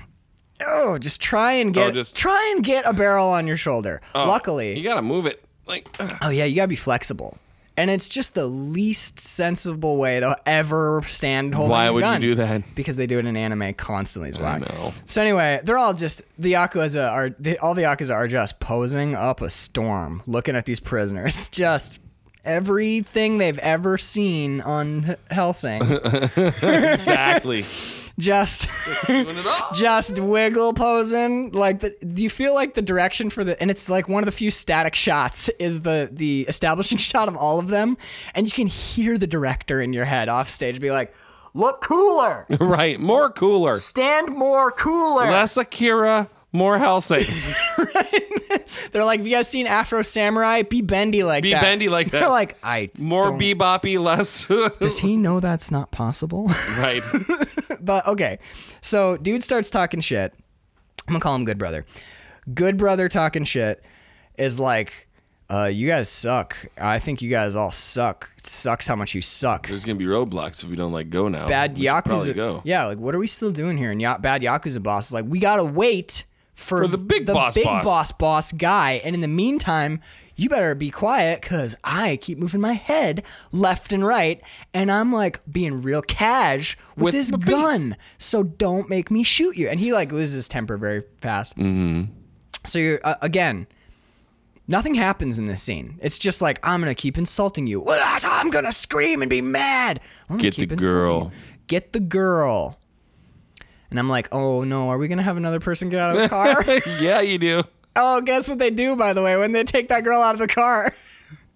[SPEAKER 3] Oh, just try and get
[SPEAKER 4] just-
[SPEAKER 3] try and get a barrel on your shoulder.
[SPEAKER 4] Oh,
[SPEAKER 3] Luckily,
[SPEAKER 4] you gotta move it. Like ugh.
[SPEAKER 3] oh yeah, you gotta be flexible. And it's just the least sensible way to ever stand holding
[SPEAKER 4] Why
[SPEAKER 3] a
[SPEAKER 4] would you
[SPEAKER 3] gun.
[SPEAKER 4] do that?
[SPEAKER 3] Because they do it in anime constantly as well.
[SPEAKER 4] know.
[SPEAKER 3] So anyway, they're all just the Yakuza are the, all the Yakuza are just posing up a storm, looking at these prisoners. Just everything they've ever seen on H- Helsing,
[SPEAKER 4] exactly.
[SPEAKER 3] just
[SPEAKER 4] Doing it all.
[SPEAKER 3] just wiggle posing. Like, the, do you feel like the direction for the? And it's like one of the few static shots is the the establishing shot of all of them, and you can hear the director in your head off stage be like, "Look cooler,
[SPEAKER 4] right. More cooler.
[SPEAKER 3] stand more cooler."
[SPEAKER 4] Less Akira. More Helsing.
[SPEAKER 3] They're like, "Have you guys seen Afro Samurai? Be bendy like
[SPEAKER 4] Be
[SPEAKER 3] that.
[SPEAKER 4] bendy like that.
[SPEAKER 3] They're like, "I
[SPEAKER 4] More
[SPEAKER 3] don't-
[SPEAKER 4] beboppy. Less.
[SPEAKER 3] Does he know that's not possible?
[SPEAKER 4] right.
[SPEAKER 3] but okay, so dude starts talking shit. I'm gonna call him Good Brother. Good Brother talking shit is like, uh, you guys suck. I think you guys all suck. It sucks how much you suck.
[SPEAKER 4] There's gonna be roadblocks if we don't like go now.
[SPEAKER 3] Bad
[SPEAKER 4] We should probably
[SPEAKER 3] Yakuza.
[SPEAKER 4] Go.
[SPEAKER 3] Yeah, like what are we still doing here? And ya- bad Yakuza boss is like, we gotta wait for,
[SPEAKER 4] For the big boss
[SPEAKER 3] big
[SPEAKER 4] boss."
[SPEAKER 3] boss boss guy. And in the meantime, you better be quiet because I keep moving my head left and right, and I'm like being real cash with,
[SPEAKER 4] With
[SPEAKER 3] this
[SPEAKER 4] the beast.
[SPEAKER 3] gun. So don't make me shoot you. And he like loses his temper very fast. Mm-hmm. So you're uh, again. Nothing happens in this scene. It's just like I'm gonna keep insulting you. Well, I- I'm gonna scream and be mad. I'm gonna
[SPEAKER 4] Get the
[SPEAKER 3] keep insulting
[SPEAKER 4] girl.
[SPEAKER 3] you. Get the girl. And I'm like, oh no, are we gonna have another person get out of the car?
[SPEAKER 4] yeah, you do.
[SPEAKER 3] oh, guess what they do, by the way, when they take that girl out of the car.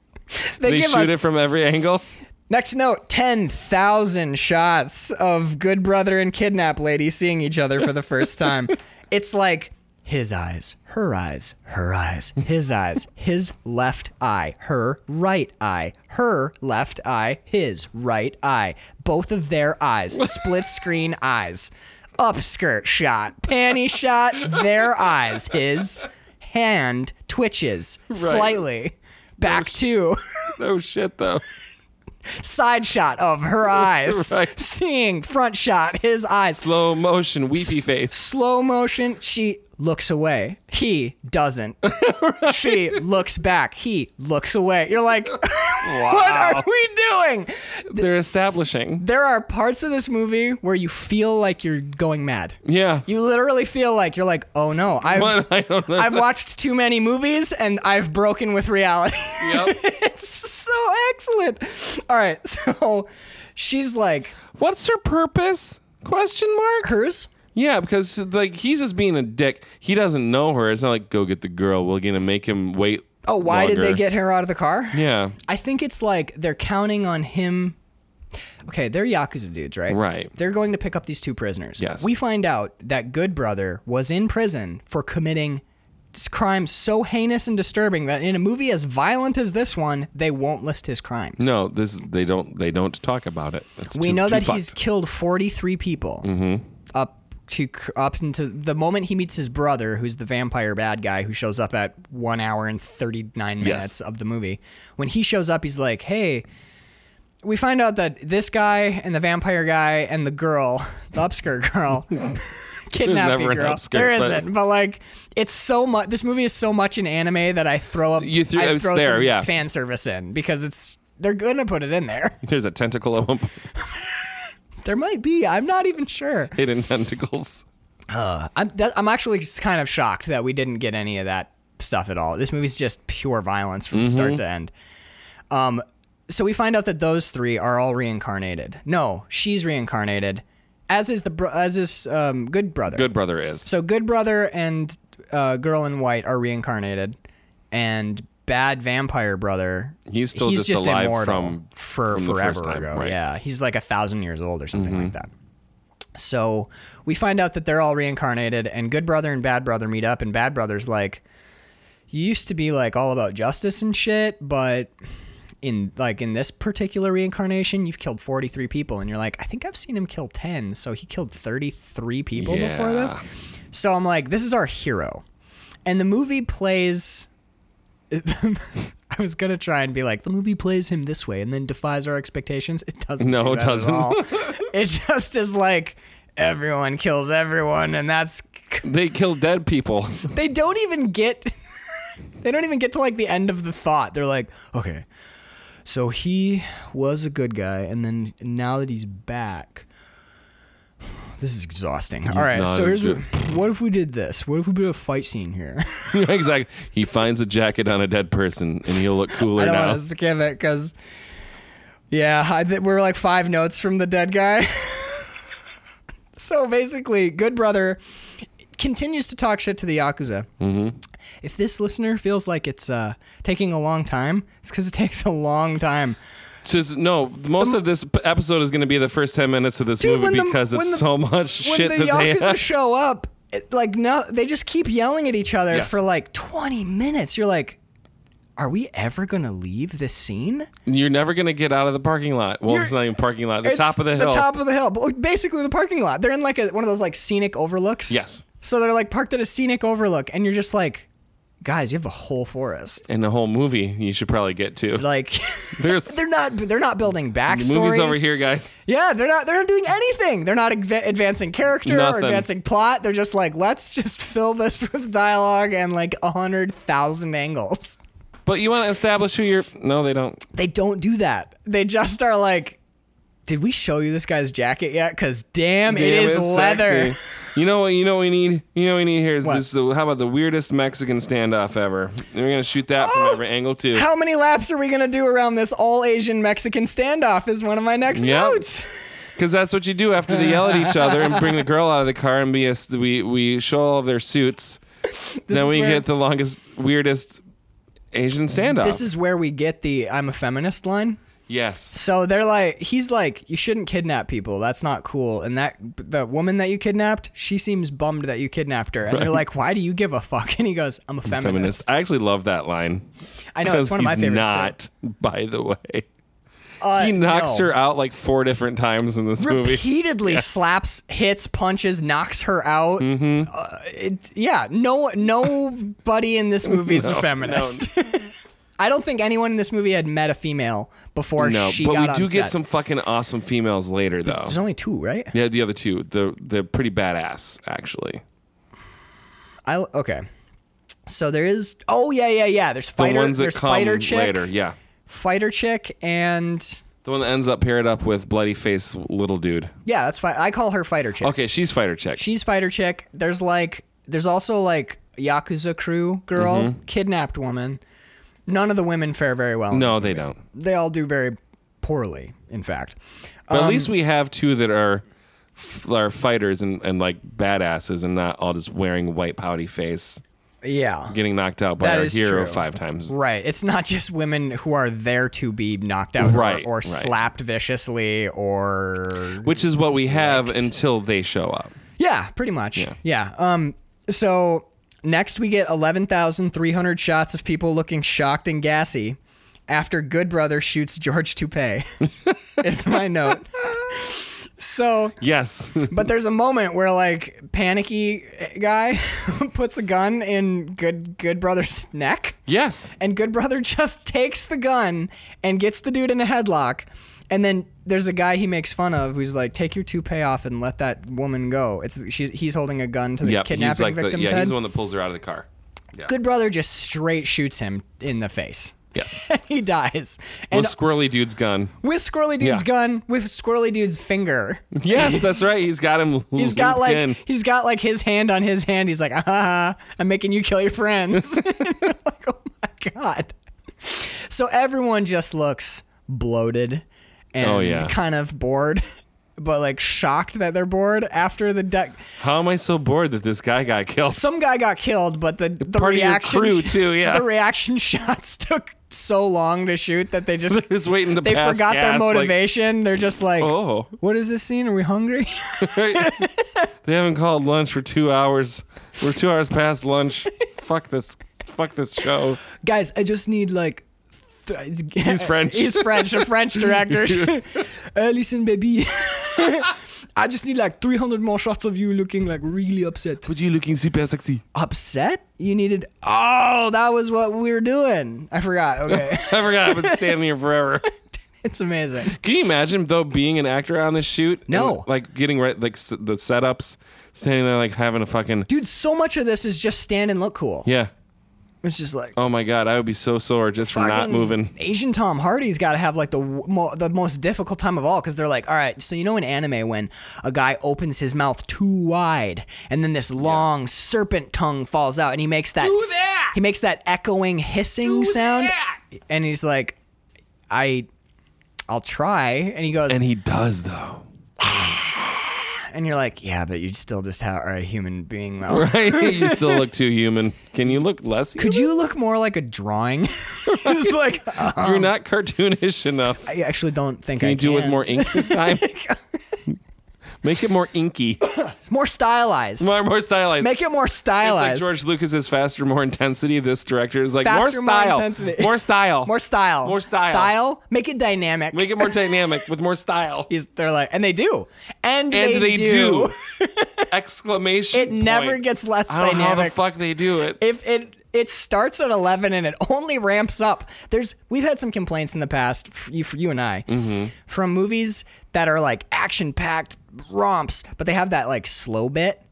[SPEAKER 3] they,
[SPEAKER 4] They
[SPEAKER 3] give
[SPEAKER 4] shoot
[SPEAKER 3] us
[SPEAKER 4] it from every angle.
[SPEAKER 3] next note, ten thousand shots of good brother and kidnap lady seeing each other for the first time. it's like his eyes, her eyes, her eyes, his eyes, his left eye, her right eye, her left eye, his right eye, both of their eyes, split screen eyes, upskirt shot, panty shot, their eyes, his hand twitches slightly back to
[SPEAKER 4] No shit though.
[SPEAKER 3] Side shot of her eyes.
[SPEAKER 4] Right.
[SPEAKER 3] Seeing front shot, his eyes.
[SPEAKER 4] Slow motion, weepy face.
[SPEAKER 3] Slow motion, she looks away. He doesn't. She looks back. He looks away. You're like, what are we doing?
[SPEAKER 4] They're establishing.
[SPEAKER 3] There are parts of this movie where you feel like you're going mad.
[SPEAKER 4] Yeah.
[SPEAKER 3] You literally feel like you're like, oh no, I've,
[SPEAKER 4] I don't know.
[SPEAKER 3] I've watched too many movies and I've broken with reality.
[SPEAKER 4] Yep.
[SPEAKER 3] it's so excellent. All right, so she's like,
[SPEAKER 4] What's her purpose? Question mark.
[SPEAKER 3] hers?
[SPEAKER 4] Yeah, because like he's just being a dick. He doesn't know her. It's not like go get the girl. We're gonna make him wait.
[SPEAKER 3] Oh, why did they
[SPEAKER 4] longer."
[SPEAKER 3] get her out of the car?
[SPEAKER 4] Yeah.
[SPEAKER 3] I think it's like they're counting on him. Okay, they're Yakuza dudes, right?
[SPEAKER 4] Right.
[SPEAKER 3] They're going to pick up these two prisoners.
[SPEAKER 4] Yes.
[SPEAKER 3] We find out that Good Brother was in prison for committing s- crimes so heinous and disturbing that in a movie as violent as this one, they won't list his crimes.
[SPEAKER 4] No, this they don't they don't talk about it. It's
[SPEAKER 3] we
[SPEAKER 4] too-
[SPEAKER 3] know
[SPEAKER 4] too
[SPEAKER 3] that
[SPEAKER 4] fucked. Mm-hmm.
[SPEAKER 3] he's killed 43 people up to up into the moment he meets his brother who's the vampire bad guy who shows up at 1 hour and 39 minutes of the movie when he shows up he's like hey we find out that this guy and the vampire guy and the girl the upskirt girl kidnapping
[SPEAKER 4] never an
[SPEAKER 3] girl
[SPEAKER 4] upskirt,
[SPEAKER 3] there
[SPEAKER 4] but-
[SPEAKER 3] isn't but like it's so much this movie is so much an anime that i throw up
[SPEAKER 4] You threw-
[SPEAKER 3] I
[SPEAKER 4] it's
[SPEAKER 3] throw
[SPEAKER 4] there,
[SPEAKER 3] some
[SPEAKER 4] yeah.
[SPEAKER 3] fan service in because it's they're gonna put it in there
[SPEAKER 4] there's a tentacle of him,
[SPEAKER 3] there might be i'm not even sure
[SPEAKER 4] hidden tentacles.
[SPEAKER 3] I'm that, I'm actually just kind of shocked that we didn't get any of that stuff at all. This movie's just pure violence from start to end. Um, so we find out that those three are all reincarnated. No, she's reincarnated, as is the bro- as is um, good brother.
[SPEAKER 4] Good brother is.
[SPEAKER 3] So good brother and uh, girl in white are reincarnated, and bad vampire brother.
[SPEAKER 4] He's still
[SPEAKER 3] he's
[SPEAKER 4] just
[SPEAKER 3] just
[SPEAKER 4] alive
[SPEAKER 3] immortal
[SPEAKER 4] from-
[SPEAKER 3] for
[SPEAKER 4] from the
[SPEAKER 3] forever
[SPEAKER 4] first time,
[SPEAKER 3] ago.
[SPEAKER 4] right. Mm-hmm.
[SPEAKER 3] Yeah, he's like a thousand years old or something like that. So we find out that they're all reincarnated, and good brother and bad brother meet up, and bad brother's like, you used to be like all about justice and shit, but in like in this particular reincarnation, you've killed 43 people, and you're like, I think I've seen him kill 10, so he killed 33 people before this.
[SPEAKER 4] Yeah.
[SPEAKER 3] So I'm like, this is our hero. And the movie plays. I was gonna try and be like, the movie plays him this way and then defies our expectations. It doesn't.
[SPEAKER 4] No,
[SPEAKER 3] do
[SPEAKER 4] it
[SPEAKER 3] that at
[SPEAKER 4] doesn't.
[SPEAKER 3] all. it just is like everyone kills everyone, and that's.
[SPEAKER 4] They kill dead people.
[SPEAKER 3] They don't even get. they don't even get to like the end of the thought. They're like, okay, so he was a good guy, and then now that he's back. This is exhausting. All right,
[SPEAKER 4] not
[SPEAKER 3] so
[SPEAKER 4] as
[SPEAKER 3] here's what if we did this? What if we did a fight scene here?
[SPEAKER 4] exactly. He finds a jacket on a dead person, and he'll look cooler
[SPEAKER 3] I don't
[SPEAKER 4] now.
[SPEAKER 3] want to skip it because, yeah, I th- we're like five notes from the dead guy. so basically, Good Brother continues to talk shit to the Yakuza. Mm-hmm. If this listener feels like it's uh, taking a long time, it's because it takes a long time.
[SPEAKER 4] Just- no, most of this p- episode is going to be the first ten minutes of this
[SPEAKER 3] Dude, when
[SPEAKER 4] movie
[SPEAKER 3] the-
[SPEAKER 4] because
[SPEAKER 3] when
[SPEAKER 4] it's
[SPEAKER 3] the-
[SPEAKER 4] so much
[SPEAKER 3] When
[SPEAKER 4] shit that
[SPEAKER 3] the
[SPEAKER 4] they
[SPEAKER 3] Yakuza
[SPEAKER 4] have.
[SPEAKER 3] show up, it, like, no, they just keep yelling at each other
[SPEAKER 4] Yes.
[SPEAKER 3] for like 20 minutes. You're like, are we ever going to leave this scene?
[SPEAKER 4] You're never going to get out of the parking lot. Well,
[SPEAKER 3] You're-
[SPEAKER 4] it's not even parking lot. The
[SPEAKER 3] It's
[SPEAKER 4] top of the hill.
[SPEAKER 3] The top of the hill. But basically the parking lot. They're in like a, one of those like scenic overlooks.
[SPEAKER 4] Yes.
[SPEAKER 3] So they're like parked at a scenic overlook and you're just like, guys, you have the whole forest.
[SPEAKER 4] in the whole movie, you should probably get to.
[SPEAKER 3] Like
[SPEAKER 4] There's
[SPEAKER 3] they're not they're not building backstory.
[SPEAKER 4] movies over here, guys.
[SPEAKER 3] Yeah, they're not they're not doing anything. They're not adva- advancing character
[SPEAKER 4] Nothing.
[SPEAKER 3] or advancing plot. They're just like, let's just fill this with dialogue and like a hundred thousand angles.
[SPEAKER 4] But you want to establish who you're. No, they don't.
[SPEAKER 3] They don't do that. They just are like did we show you this guy's jacket yet? Because damn, it
[SPEAKER 4] Damn,
[SPEAKER 3] is
[SPEAKER 4] it's
[SPEAKER 3] leather.
[SPEAKER 4] sexy. You know what? You know what we need. You know what we need here is
[SPEAKER 3] What?
[SPEAKER 4] this. The, how about the weirdest Mexican standoff ever? And we're gonna shoot that
[SPEAKER 3] Oh!
[SPEAKER 4] from every angle too.
[SPEAKER 3] How many laps are we going to do around this all Asian Mexican standoff? Is one of my next
[SPEAKER 4] Yeah.
[SPEAKER 3] notes.
[SPEAKER 4] Because that's what you do after they yell at each other and bring the girl out of the car and be a, we we show all of their suits. then
[SPEAKER 3] is
[SPEAKER 4] we
[SPEAKER 3] where-
[SPEAKER 4] get the longest, weirdest Asian standoff.
[SPEAKER 3] This is where we get the I'm a feminist line.
[SPEAKER 4] yes.
[SPEAKER 3] So they're like, he's like, you shouldn't kidnap people. That's not cool. And that the woman that you kidnapped, she seems bummed that you kidnapped her. And they're like, why do you give a fuck? And he goes, I'm a feminist.
[SPEAKER 4] Feminist. I actually love that line.
[SPEAKER 3] I know it's
[SPEAKER 4] Because
[SPEAKER 3] one of my
[SPEAKER 4] he's
[SPEAKER 3] favorites. too.
[SPEAKER 4] Not, by the way,
[SPEAKER 3] Uh,
[SPEAKER 4] he knocks
[SPEAKER 3] no.
[SPEAKER 4] her out like four different times in this movie.
[SPEAKER 3] repeatedly slaps, hits, punches, knocks her out.
[SPEAKER 4] Mm-hmm.
[SPEAKER 3] Uh, it, yeah, no, nobody in this movie is a
[SPEAKER 4] No,
[SPEAKER 3] feminist. I don't think anyone in this movie had met a female before
[SPEAKER 4] No,
[SPEAKER 3] she
[SPEAKER 4] but
[SPEAKER 3] got
[SPEAKER 4] we
[SPEAKER 3] on
[SPEAKER 4] do get
[SPEAKER 3] set.
[SPEAKER 4] some fucking awesome females later, though.
[SPEAKER 3] There's only two, right?
[SPEAKER 4] Yeah, the other two, the they're pretty badass actually.
[SPEAKER 3] I okay. So there is. Oh yeah, yeah, yeah. There's
[SPEAKER 4] The
[SPEAKER 3] fighter.
[SPEAKER 4] ones that
[SPEAKER 3] there's
[SPEAKER 4] come
[SPEAKER 3] fighter chick,
[SPEAKER 4] later, yeah.
[SPEAKER 3] fighter chick, and
[SPEAKER 4] The one that ends up paired up with bloody face little dude.
[SPEAKER 3] yeah, that's fine. I call her fighter chick.
[SPEAKER 4] Okay, she's fighter chick.
[SPEAKER 3] She's fighter chick. There's like there's also like yakuza crew girl,
[SPEAKER 4] Mm-hmm.
[SPEAKER 3] kidnapped woman. None of the women fare very well. in
[SPEAKER 4] no,
[SPEAKER 3] this.
[SPEAKER 4] they don't.
[SPEAKER 3] they all do very poorly. In fact,
[SPEAKER 4] But
[SPEAKER 3] Um,
[SPEAKER 4] at least we have two that are f- are fighters and, and like badasses and not all just wearing white pouty face,
[SPEAKER 3] yeah.
[SPEAKER 4] getting knocked out by
[SPEAKER 3] That
[SPEAKER 4] our
[SPEAKER 3] is
[SPEAKER 4] hero
[SPEAKER 3] true.
[SPEAKER 4] five times.
[SPEAKER 3] Right. It's not just women who are there to be knocked out or-
[SPEAKER 4] Right,
[SPEAKER 3] or,
[SPEAKER 4] right.
[SPEAKER 3] slapped viciously or
[SPEAKER 4] Which is what we have until they show up.
[SPEAKER 3] Yeah, pretty much. Yeah. Um so next we get 11,300 shots of people looking shocked and gassy after Good Brother shoots George Toupe. is my note. So,
[SPEAKER 4] Yes.
[SPEAKER 3] but there's a moment where like panicky guy puts a gun in Good Good Brother's neck.
[SPEAKER 4] yes.
[SPEAKER 3] And Good Brother just takes the gun and gets the dude in a headlock. And then there's a guy he makes fun of who's like, "Take your toupee off and let that woman go." It's she's, he's holding a gun to the
[SPEAKER 4] Yep.
[SPEAKER 3] kidnapping
[SPEAKER 4] He's like the,
[SPEAKER 3] victim's
[SPEAKER 4] yeah,
[SPEAKER 3] head.
[SPEAKER 4] he's the one that pulls her out of the car. Yeah.
[SPEAKER 3] Good Brother just straight shoots him in the face.
[SPEAKER 4] Yes.
[SPEAKER 3] he dies. And
[SPEAKER 4] With squirrely dude's gun.
[SPEAKER 3] with Squirrely Dude's
[SPEAKER 4] Yeah.
[SPEAKER 3] gun, with Squirrely Dude's finger.
[SPEAKER 4] Yes, that's right. He's got him.
[SPEAKER 3] He's got
[SPEAKER 4] looped
[SPEAKER 3] like
[SPEAKER 4] in.
[SPEAKER 3] he's got like his hand on his hand. He's like, ah, ha, ha, I'm making you kill your friends. like, oh my god. So everyone just looks bloated and
[SPEAKER 4] Oh, yeah.
[SPEAKER 3] kind of bored, but like shocked that they're bored after the deck.
[SPEAKER 4] How am I so bored that this guy got killed?
[SPEAKER 3] Some guy got killed, but the the
[SPEAKER 4] Part of your
[SPEAKER 3] reaction
[SPEAKER 4] crew, too, yeah.
[SPEAKER 3] the reaction shots took so long to shoot that they just
[SPEAKER 4] They're just waiting to
[SPEAKER 3] they
[SPEAKER 4] pass
[SPEAKER 3] forgot their
[SPEAKER 4] gas, like,
[SPEAKER 3] motivation. they're just like,
[SPEAKER 4] oh,
[SPEAKER 3] what is this scene? Are we hungry?
[SPEAKER 4] they haven't called lunch for two hours. We're two hours past lunch. fuck this. Fuck this show.
[SPEAKER 3] guys, I just need like. Th- he's
[SPEAKER 4] French.
[SPEAKER 3] he's French. A French director. uh, listen, baby. I just need like 300 more shots of you looking like really upset.
[SPEAKER 4] But you looking super sexy.
[SPEAKER 3] Upset? You needed. Oh, that was what we were doing. I forgot. Okay.
[SPEAKER 4] I forgot. I've been standing here forever.
[SPEAKER 3] it's amazing.
[SPEAKER 4] Can you imagine though being an actor on this shoot?
[SPEAKER 3] No.
[SPEAKER 4] And, like getting right, like s- the setups, standing there like having a fucking
[SPEAKER 3] Dude, so much of this is just stand and look cool.
[SPEAKER 4] yeah.
[SPEAKER 3] It's just like.
[SPEAKER 4] Oh my god, I would be so sore just for not
[SPEAKER 3] fucking
[SPEAKER 4] moving.
[SPEAKER 3] Asian Tom Hardy's got to have like the w- mo- the most difficult time of all because they're like, all right, so you know in anime when a guy opens his mouth too wide and then this long serpent tongue falls out and he makes that, he makes that echoing hissing sound and he's like, I, I'll try and he goes
[SPEAKER 4] And he does though.
[SPEAKER 3] and you're like, yeah, but you still just have are a human being mouth.
[SPEAKER 4] Right? you still look too human. Can you look less?
[SPEAKER 3] Could
[SPEAKER 4] human?
[SPEAKER 3] you look more like a drawing? it's like uh,
[SPEAKER 4] You're not cartoonish enough.
[SPEAKER 3] I Oh actually don't think
[SPEAKER 4] Can
[SPEAKER 3] I
[SPEAKER 4] you do it with
[SPEAKER 3] can.
[SPEAKER 4] more ink this time? Make it more inky,
[SPEAKER 3] It's more stylized.
[SPEAKER 4] more, more stylized.
[SPEAKER 3] Make it more
[SPEAKER 4] it's
[SPEAKER 3] stylized.
[SPEAKER 4] like George Lucas's faster, more intensity. This director is like more
[SPEAKER 3] Faster, more
[SPEAKER 4] style,
[SPEAKER 3] intensity.
[SPEAKER 4] more style,
[SPEAKER 3] More style.
[SPEAKER 4] More style.
[SPEAKER 3] Style. Make it dynamic.
[SPEAKER 4] Make it more dynamic with more style.
[SPEAKER 3] He's- they're like, and they do, and,
[SPEAKER 4] And
[SPEAKER 3] they,
[SPEAKER 4] they
[SPEAKER 3] do.
[SPEAKER 4] do. Exclamation!
[SPEAKER 3] It never
[SPEAKER 4] point.
[SPEAKER 3] gets less
[SPEAKER 4] I don't know how the
[SPEAKER 3] dynamic.
[SPEAKER 4] fuck they do it.
[SPEAKER 3] if it it starts at eleven and it only ramps up. There's we've had some complaints in the past, f- you, you and I,
[SPEAKER 4] Mm-hmm.
[SPEAKER 3] from movies that are like action packed romps, but they have that like slow bit.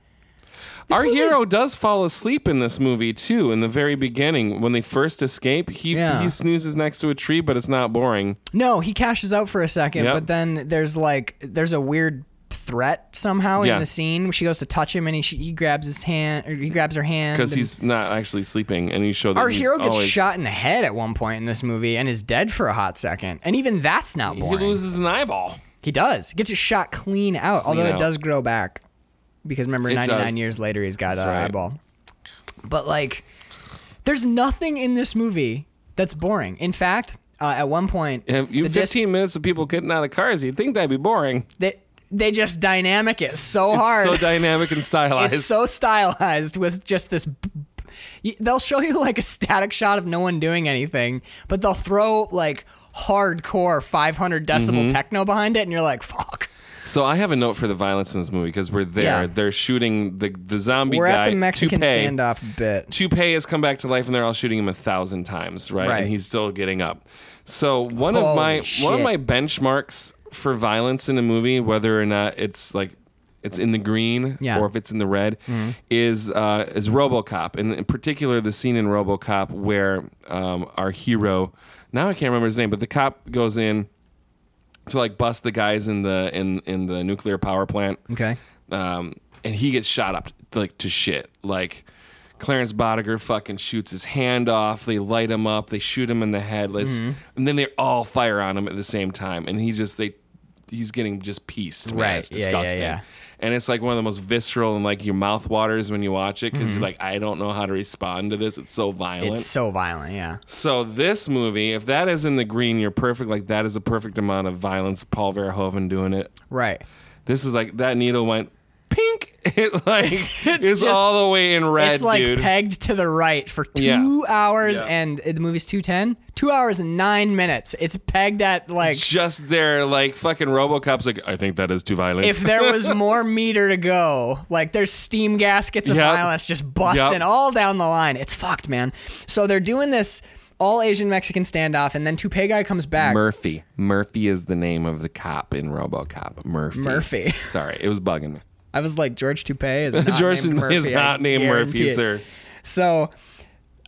[SPEAKER 3] This
[SPEAKER 4] Our
[SPEAKER 3] movie's-
[SPEAKER 4] hero does fall asleep in this movie too. In the very beginning, when they first escape, he
[SPEAKER 3] Yeah.
[SPEAKER 4] he snoozes next to a tree, but it's not boring.
[SPEAKER 3] No, he cashes out for a second,
[SPEAKER 4] Yep.
[SPEAKER 3] but then there's like there's a weird threat somehow
[SPEAKER 4] Yeah.
[SPEAKER 3] in the scene. She goes to touch him, and he she, he grabs his hand, or he grabs her hand
[SPEAKER 4] because
[SPEAKER 3] and-
[SPEAKER 4] he's not actually sleeping, and you show that
[SPEAKER 3] Our
[SPEAKER 4] he's
[SPEAKER 3] hero gets
[SPEAKER 4] always-
[SPEAKER 3] shot in the head at one point in this movie and is dead for a hot second. And even that's not
[SPEAKER 4] He
[SPEAKER 3] boring. He,
[SPEAKER 4] loses an eyeball.
[SPEAKER 3] does. He gets his shot clean out, although
[SPEAKER 4] out.
[SPEAKER 3] it does grow back. Because remember,
[SPEAKER 4] It
[SPEAKER 3] 99
[SPEAKER 4] does.
[SPEAKER 3] years later, he's got an
[SPEAKER 4] right.
[SPEAKER 3] eyeball. But like, there's nothing in this movie that's boring. In fact, uh, at one point,
[SPEAKER 4] Have you
[SPEAKER 3] the disc-
[SPEAKER 4] 15 minutes of people getting out of cars, you'd think that'd be boring.
[SPEAKER 3] they, they just dynamic it so
[SPEAKER 4] It's
[SPEAKER 3] hard.
[SPEAKER 4] so dynamic and stylized.
[SPEAKER 3] It's so stylized with just this. b- b- y- They'll show you like a static shot of no one doing anything, but
[SPEAKER 4] Mm-hmm.
[SPEAKER 3] they'll throw like hardcore 500 decibel techno behind it, and you're like, fuck.
[SPEAKER 4] So I have a note for the violence in this movie because we're there.
[SPEAKER 3] Yeah.
[SPEAKER 4] They're shooting the the zombie
[SPEAKER 3] We're
[SPEAKER 4] guy.
[SPEAKER 3] at the Mexican
[SPEAKER 4] Toupee.
[SPEAKER 3] standoff bit.
[SPEAKER 4] Toupee has come back to life, and they're all shooting him a thousand times, right?
[SPEAKER 3] Right.
[SPEAKER 4] And he's still getting up. So one of
[SPEAKER 3] Holy
[SPEAKER 4] my one of
[SPEAKER 3] shit.
[SPEAKER 4] my benchmarks for violence in a movie, whether or not it's like it's in the green
[SPEAKER 3] Yeah. Mm-hmm.
[SPEAKER 4] or if it's in the red, is uh, is RoboCop, and in particular the scene in RoboCop where um, our hero, now I can't remember his name, but the cop goes in to like bust the guys in the in in the nuclear power plant
[SPEAKER 3] Okay.
[SPEAKER 4] um, and he gets shot up like to shit. Like Clarence Bodiger fucking shoots his hand off. They light him up. They shoot him in the head. Let's,
[SPEAKER 3] Mm-hmm.
[SPEAKER 4] And then they all fire on him at the same time, and he's just they he's getting just pieced. Man,
[SPEAKER 3] Right.
[SPEAKER 4] It's
[SPEAKER 3] Yeah, yeah,
[SPEAKER 4] disgusting.
[SPEAKER 3] yeah.
[SPEAKER 4] And it's like one of the most visceral and like your mouth waters when you watch it because you're like, I don't know how to respond to this. It's so violent.
[SPEAKER 3] Mm-hmm. It's so violent, yeah.
[SPEAKER 4] So this movie, if that is in the green, you're perfect. Like that is a perfect amount of violence. Paul Verhoeven doing it
[SPEAKER 3] Right.
[SPEAKER 4] this is like that needle went pink. It like it's,
[SPEAKER 3] just-
[SPEAKER 4] all the way in red,
[SPEAKER 3] It's like
[SPEAKER 4] dude.
[SPEAKER 3] pegged to the right for two
[SPEAKER 4] Yeah.
[SPEAKER 3] hours,
[SPEAKER 4] Yeah.
[SPEAKER 3] and uh, the movie's 210? Two hours and nine minutes. It's pegged at like.
[SPEAKER 4] just there, like fucking RoboCop's. Like I think that is too violent.
[SPEAKER 3] If there was more meter to go, like there's steam gaskets of
[SPEAKER 4] Yep.
[SPEAKER 3] violence just busting
[SPEAKER 4] Yep.
[SPEAKER 3] all down the line. It's fucked, man. So they're doing this all Asian Mexican standoff, and then Toupee guy comes back.
[SPEAKER 4] Murphy, Murphy is the name of the cop in RoboCop. Murphy.
[SPEAKER 3] Murphy.
[SPEAKER 4] Sorry, it was bugging me.
[SPEAKER 3] I was like, George Toupee is not
[SPEAKER 4] George
[SPEAKER 3] named Murphy.
[SPEAKER 4] is
[SPEAKER 3] I
[SPEAKER 4] not named
[SPEAKER 3] guarantee
[SPEAKER 4] Murphy,
[SPEAKER 3] it.
[SPEAKER 4] sir.
[SPEAKER 3] So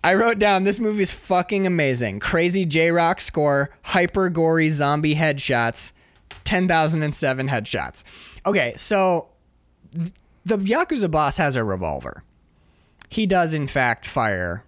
[SPEAKER 3] I wrote down this movie's fucking amazing. Crazy J Rock score, hyper gory zombie headshots, 10,007 headshots. Okay, so th- the Yakuza boss has a revolver. He does, in fact, fire,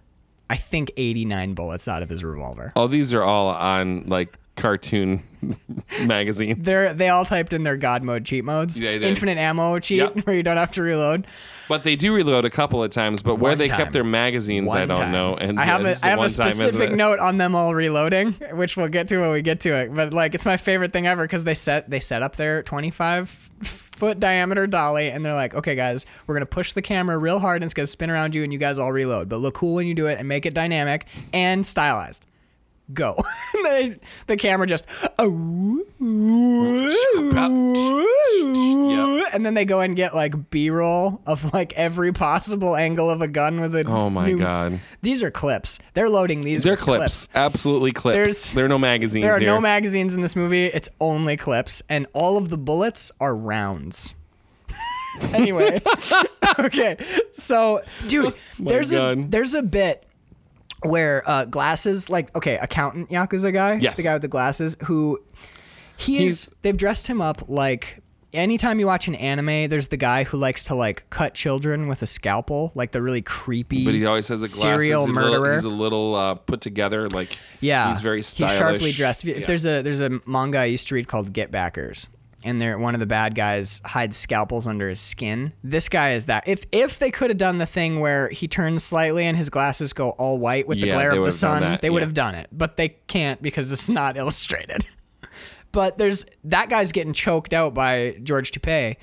[SPEAKER 3] I think, 89 bullets out of his revolver.
[SPEAKER 4] All these are all on like cartoon magazines.
[SPEAKER 3] They're, they all typed in their god mode cheat modes.
[SPEAKER 4] Yeah, they did.
[SPEAKER 3] Infinite ammo cheat,
[SPEAKER 4] Yep.
[SPEAKER 3] where you don't have to reload.
[SPEAKER 4] But they do reload a couple of times. But where
[SPEAKER 3] One
[SPEAKER 4] they
[SPEAKER 3] time.
[SPEAKER 4] kept their magazines, I
[SPEAKER 3] one
[SPEAKER 4] don't
[SPEAKER 3] time.
[SPEAKER 4] know. And
[SPEAKER 3] I have
[SPEAKER 4] yeah,
[SPEAKER 3] a,
[SPEAKER 4] just the
[SPEAKER 3] I have
[SPEAKER 4] one
[SPEAKER 3] a
[SPEAKER 4] time is
[SPEAKER 3] specific
[SPEAKER 4] it-
[SPEAKER 3] note on them all reloading, which we'll get to when we get to it. But like, it's my favorite thing ever because they set they set up their 25 foot diameter dolly, and they're like, okay, guys, we're gonna push the camera real hard, and it's gonna spin around you, and you guys all reload. But look cool when you do it, and make it dynamic and stylized. Go. And they- the camera just, and then they go and get like B roll of like every possible angle of a gun with a
[SPEAKER 4] Oh my
[SPEAKER 3] new-
[SPEAKER 4] god.
[SPEAKER 3] these are clips. They're loading these.
[SPEAKER 4] They're
[SPEAKER 3] with
[SPEAKER 4] clips. Absolutely clips.
[SPEAKER 3] There's-
[SPEAKER 4] there are no magazines
[SPEAKER 3] There are
[SPEAKER 4] here.
[SPEAKER 3] no magazines in this movie. It's only clips, and all of the bullets are rounds. anyway, okay. So, dude, there's a
[SPEAKER 4] God.
[SPEAKER 3] there's a bit where uh, glasses, like okay, accountant yakuza guy,
[SPEAKER 4] Yes.
[SPEAKER 3] the guy with the glasses, who he is.
[SPEAKER 4] He's-
[SPEAKER 3] They've dressed him up like. Anytime you watch an anime, there's the guy who likes to like cut children with a scalpel, like the really creepy.
[SPEAKER 4] but he always has a glasses.
[SPEAKER 3] serial
[SPEAKER 4] he's A
[SPEAKER 3] murderer.
[SPEAKER 4] little, he's a little uh, put together. Like
[SPEAKER 3] Yeah,
[SPEAKER 4] he's very stylish.
[SPEAKER 3] He's sharply dressed. If
[SPEAKER 4] Yeah.
[SPEAKER 3] there's a there's a manga I used to read called Get Backers, and there one of the bad guys hides scalpels under his skin. This guy is that. If if they could have done the thing where he turns slightly and his glasses go all white with the
[SPEAKER 4] Yeah,
[SPEAKER 3] glare
[SPEAKER 4] they
[SPEAKER 3] of the
[SPEAKER 4] would've done
[SPEAKER 3] sun,
[SPEAKER 4] that,
[SPEAKER 3] they would
[SPEAKER 4] yeah.
[SPEAKER 3] have done it. But they can't because it's not illustrated. but there's that guy's getting choked out by George Toupee,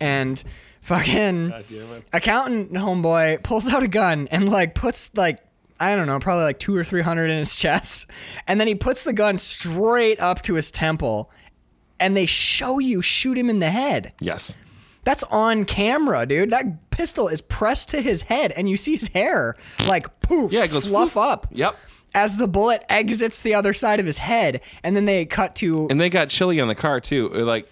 [SPEAKER 3] and fucking accountant homeboy pulls out a gun and like puts like I don't know, probably like two or three hundred in his chest, and then he puts the gun straight up to his temple, and they show you shoot him in the head.
[SPEAKER 4] yes.
[SPEAKER 3] That's on camera, dude. That pistol is pressed to his head, and you see his hair like poof,
[SPEAKER 4] Yeah, it goes
[SPEAKER 3] fluff
[SPEAKER 4] woof.
[SPEAKER 3] up.
[SPEAKER 4] Yep.
[SPEAKER 3] As the bullet exits the other side of his head, and then they cut to
[SPEAKER 4] And they got chili on the car too. Uh, Like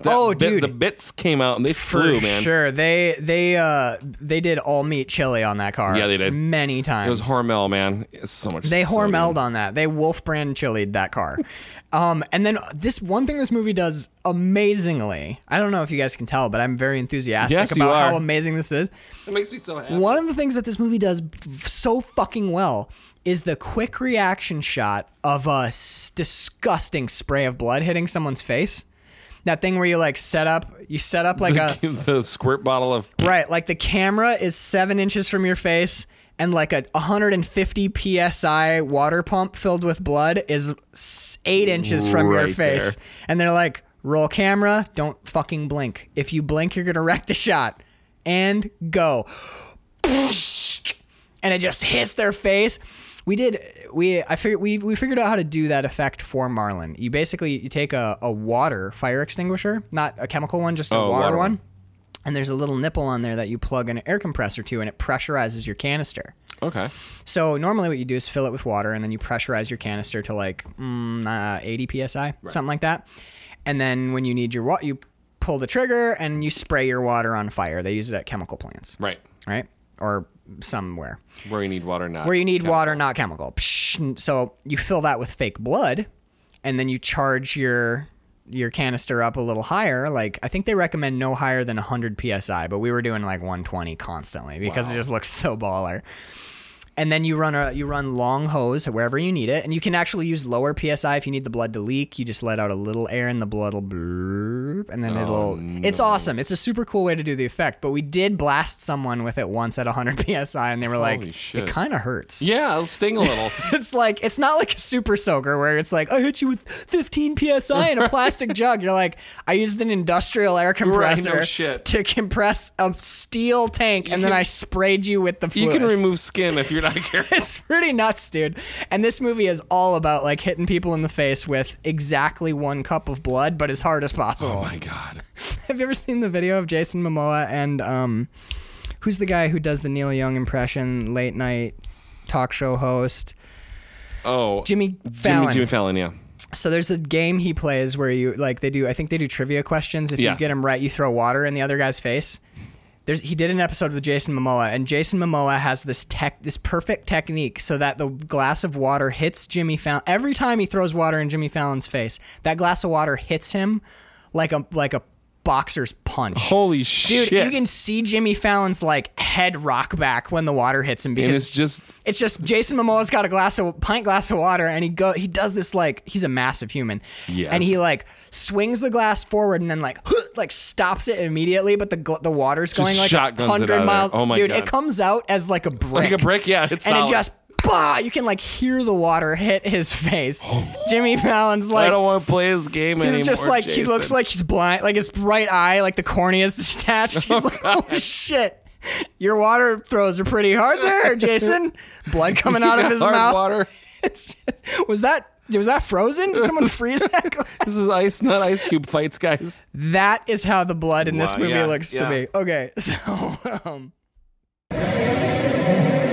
[SPEAKER 4] that
[SPEAKER 3] Oh,
[SPEAKER 4] bit-
[SPEAKER 3] dude.
[SPEAKER 4] the bits came out and they
[SPEAKER 3] For
[SPEAKER 4] flew, man.
[SPEAKER 3] sure. They they uh they did all meat chili on that car.
[SPEAKER 4] Yeah, they did.
[SPEAKER 3] many times.
[SPEAKER 4] It was Hormel, man. It's so much.
[SPEAKER 3] they
[SPEAKER 4] sodium.
[SPEAKER 3] Hormeled on that. They Wolf brand chilied that car. um, and then this one thing this movie does amazingly. I don't know if you guys can tell, but I'm very enthusiastic
[SPEAKER 4] Yes, you
[SPEAKER 3] about
[SPEAKER 4] are.
[SPEAKER 3] how amazing this is.
[SPEAKER 4] It makes me so happy.
[SPEAKER 3] One of the things that this movie does f- so fucking well is the quick reaction shot of a s- disgusting spray of blood hitting someone's face. That thing where you like set up, you set up like a
[SPEAKER 4] the squirt bottle of
[SPEAKER 3] Right, like the camera is seven inches from your face, and like a 150 psi water pump filled with blood is s- eight inches from your
[SPEAKER 4] Right
[SPEAKER 3] face.
[SPEAKER 4] there.
[SPEAKER 3] And they're like, roll camera, don't fucking blink. If you blink, you're gonna wreck the shot. And go. And it just hits their face. we did we I figured we we figured out how to do that effect for Marlin. You basically you take a, a water fire extinguisher, not a chemical one, just a
[SPEAKER 4] Oh,
[SPEAKER 3] water,
[SPEAKER 4] water
[SPEAKER 3] one.
[SPEAKER 4] one.
[SPEAKER 3] And there's a little nipple on there that you plug an air compressor to and it pressurizes your canister.
[SPEAKER 4] Okay.
[SPEAKER 3] So normally what you do is fill it with water and then you pressurize your canister to like mm, uh, 80 psi, something like that. And then when you need your water, you pull the trigger and you spray your water on fire. They use it at chemical plants,
[SPEAKER 4] Right.
[SPEAKER 3] right? Or somewhere
[SPEAKER 4] Where you need water, not
[SPEAKER 3] where you need
[SPEAKER 4] chemical.
[SPEAKER 3] water, not chemical. Psh, so you fill that with fake blood, and then you charge your your canister up a little higher. Like I think they recommend no higher than 100 psi, but we were doing like 120 constantly because it just looks so baller. And then you run a you run long hose wherever you need it, and you can actually use lower psi if you need the blood to leak. You just let out a little air, and the blood will bloop, and
[SPEAKER 4] Oh,
[SPEAKER 3] then it'll. It's awesome. It's a super cool way to do the effect. But we did blast someone with it once at 100 psi, and they were like,
[SPEAKER 4] shit.
[SPEAKER 3] "It kind of hurts."
[SPEAKER 4] Yeah, it'll sting a little.
[SPEAKER 3] it's like it's not like a super soaker where it's like I hit you with 15 psi in a plastic jug. You're like I used an industrial air compressor
[SPEAKER 4] shit.
[SPEAKER 3] to compress a steel tank, and then I sprayed you with the
[SPEAKER 4] you
[SPEAKER 3] fluids.
[SPEAKER 4] can remove skin if you're not careful.
[SPEAKER 3] It's pretty nuts, dude. And this movie is all about like hitting people in the face with exactly one cup of blood, but as hard as possible.
[SPEAKER 4] Oh my god.
[SPEAKER 3] Have you ever seen the video of Jason Momoa and um, who's the guy who does the Neil Young impression, late night talk show host?
[SPEAKER 4] Oh,
[SPEAKER 3] Jimmy
[SPEAKER 4] Jimmy,
[SPEAKER 3] Fallon.
[SPEAKER 4] Jimmy Fallon. Yeah.
[SPEAKER 3] So there's a game he plays where you like they do. I think they do trivia questions. If
[SPEAKER 4] Yes.
[SPEAKER 3] you get them right, you throw water in the other guy's face. There's he did an episode with Jason Momoa, and Jason Momoa has this tech, this perfect technique so that the glass of water hits Jimmy Fallon every time he throws water in Jimmy Fallon's face. That glass of water hits him like a like a boxer's punch.
[SPEAKER 4] Holy
[SPEAKER 3] Dude,
[SPEAKER 4] Oh, shit.
[SPEAKER 3] you can see Jimmy Fallon's like head rock back when the water hits him because
[SPEAKER 4] and it's just
[SPEAKER 3] it's just Jason Momoa's got a glass of pint glass of water, and he go he does this like he's a massive human,
[SPEAKER 4] Yes.
[SPEAKER 3] and he like swings the glass forward and then like like stops it immediately, but the gl- the water's going like
[SPEAKER 4] shotguns it out of
[SPEAKER 3] hundred
[SPEAKER 4] there.
[SPEAKER 3] miles.
[SPEAKER 4] Oh my
[SPEAKER 3] dude,
[SPEAKER 4] God.
[SPEAKER 3] it comes out as like a
[SPEAKER 4] like
[SPEAKER 3] brick,
[SPEAKER 4] a brick. Yeah, it's
[SPEAKER 3] and
[SPEAKER 4] solid.
[SPEAKER 3] it just bah, you can like hear the water hit his face.
[SPEAKER 4] Oh.
[SPEAKER 3] Jimmy Fallon's like
[SPEAKER 4] I don't want to play this game anymore.
[SPEAKER 3] He's just like he
[SPEAKER 4] Jason.
[SPEAKER 3] looks like he's blind, like his right eye, like the cornea is detached. He's
[SPEAKER 4] Oh,
[SPEAKER 3] like, holy shit, your water throws are pretty hard there, Jason. Blood coming out of his
[SPEAKER 4] Hard
[SPEAKER 3] mouth.
[SPEAKER 4] water.
[SPEAKER 3] It's just- was that was that frozen? Did someone freeze that? glass?
[SPEAKER 4] This is ice, not ice cube fights, guys.
[SPEAKER 3] that is how the blood in this
[SPEAKER 4] Wow,
[SPEAKER 3] movie
[SPEAKER 4] yeah,
[SPEAKER 3] looks
[SPEAKER 4] yeah.
[SPEAKER 3] to me. Okay, so um,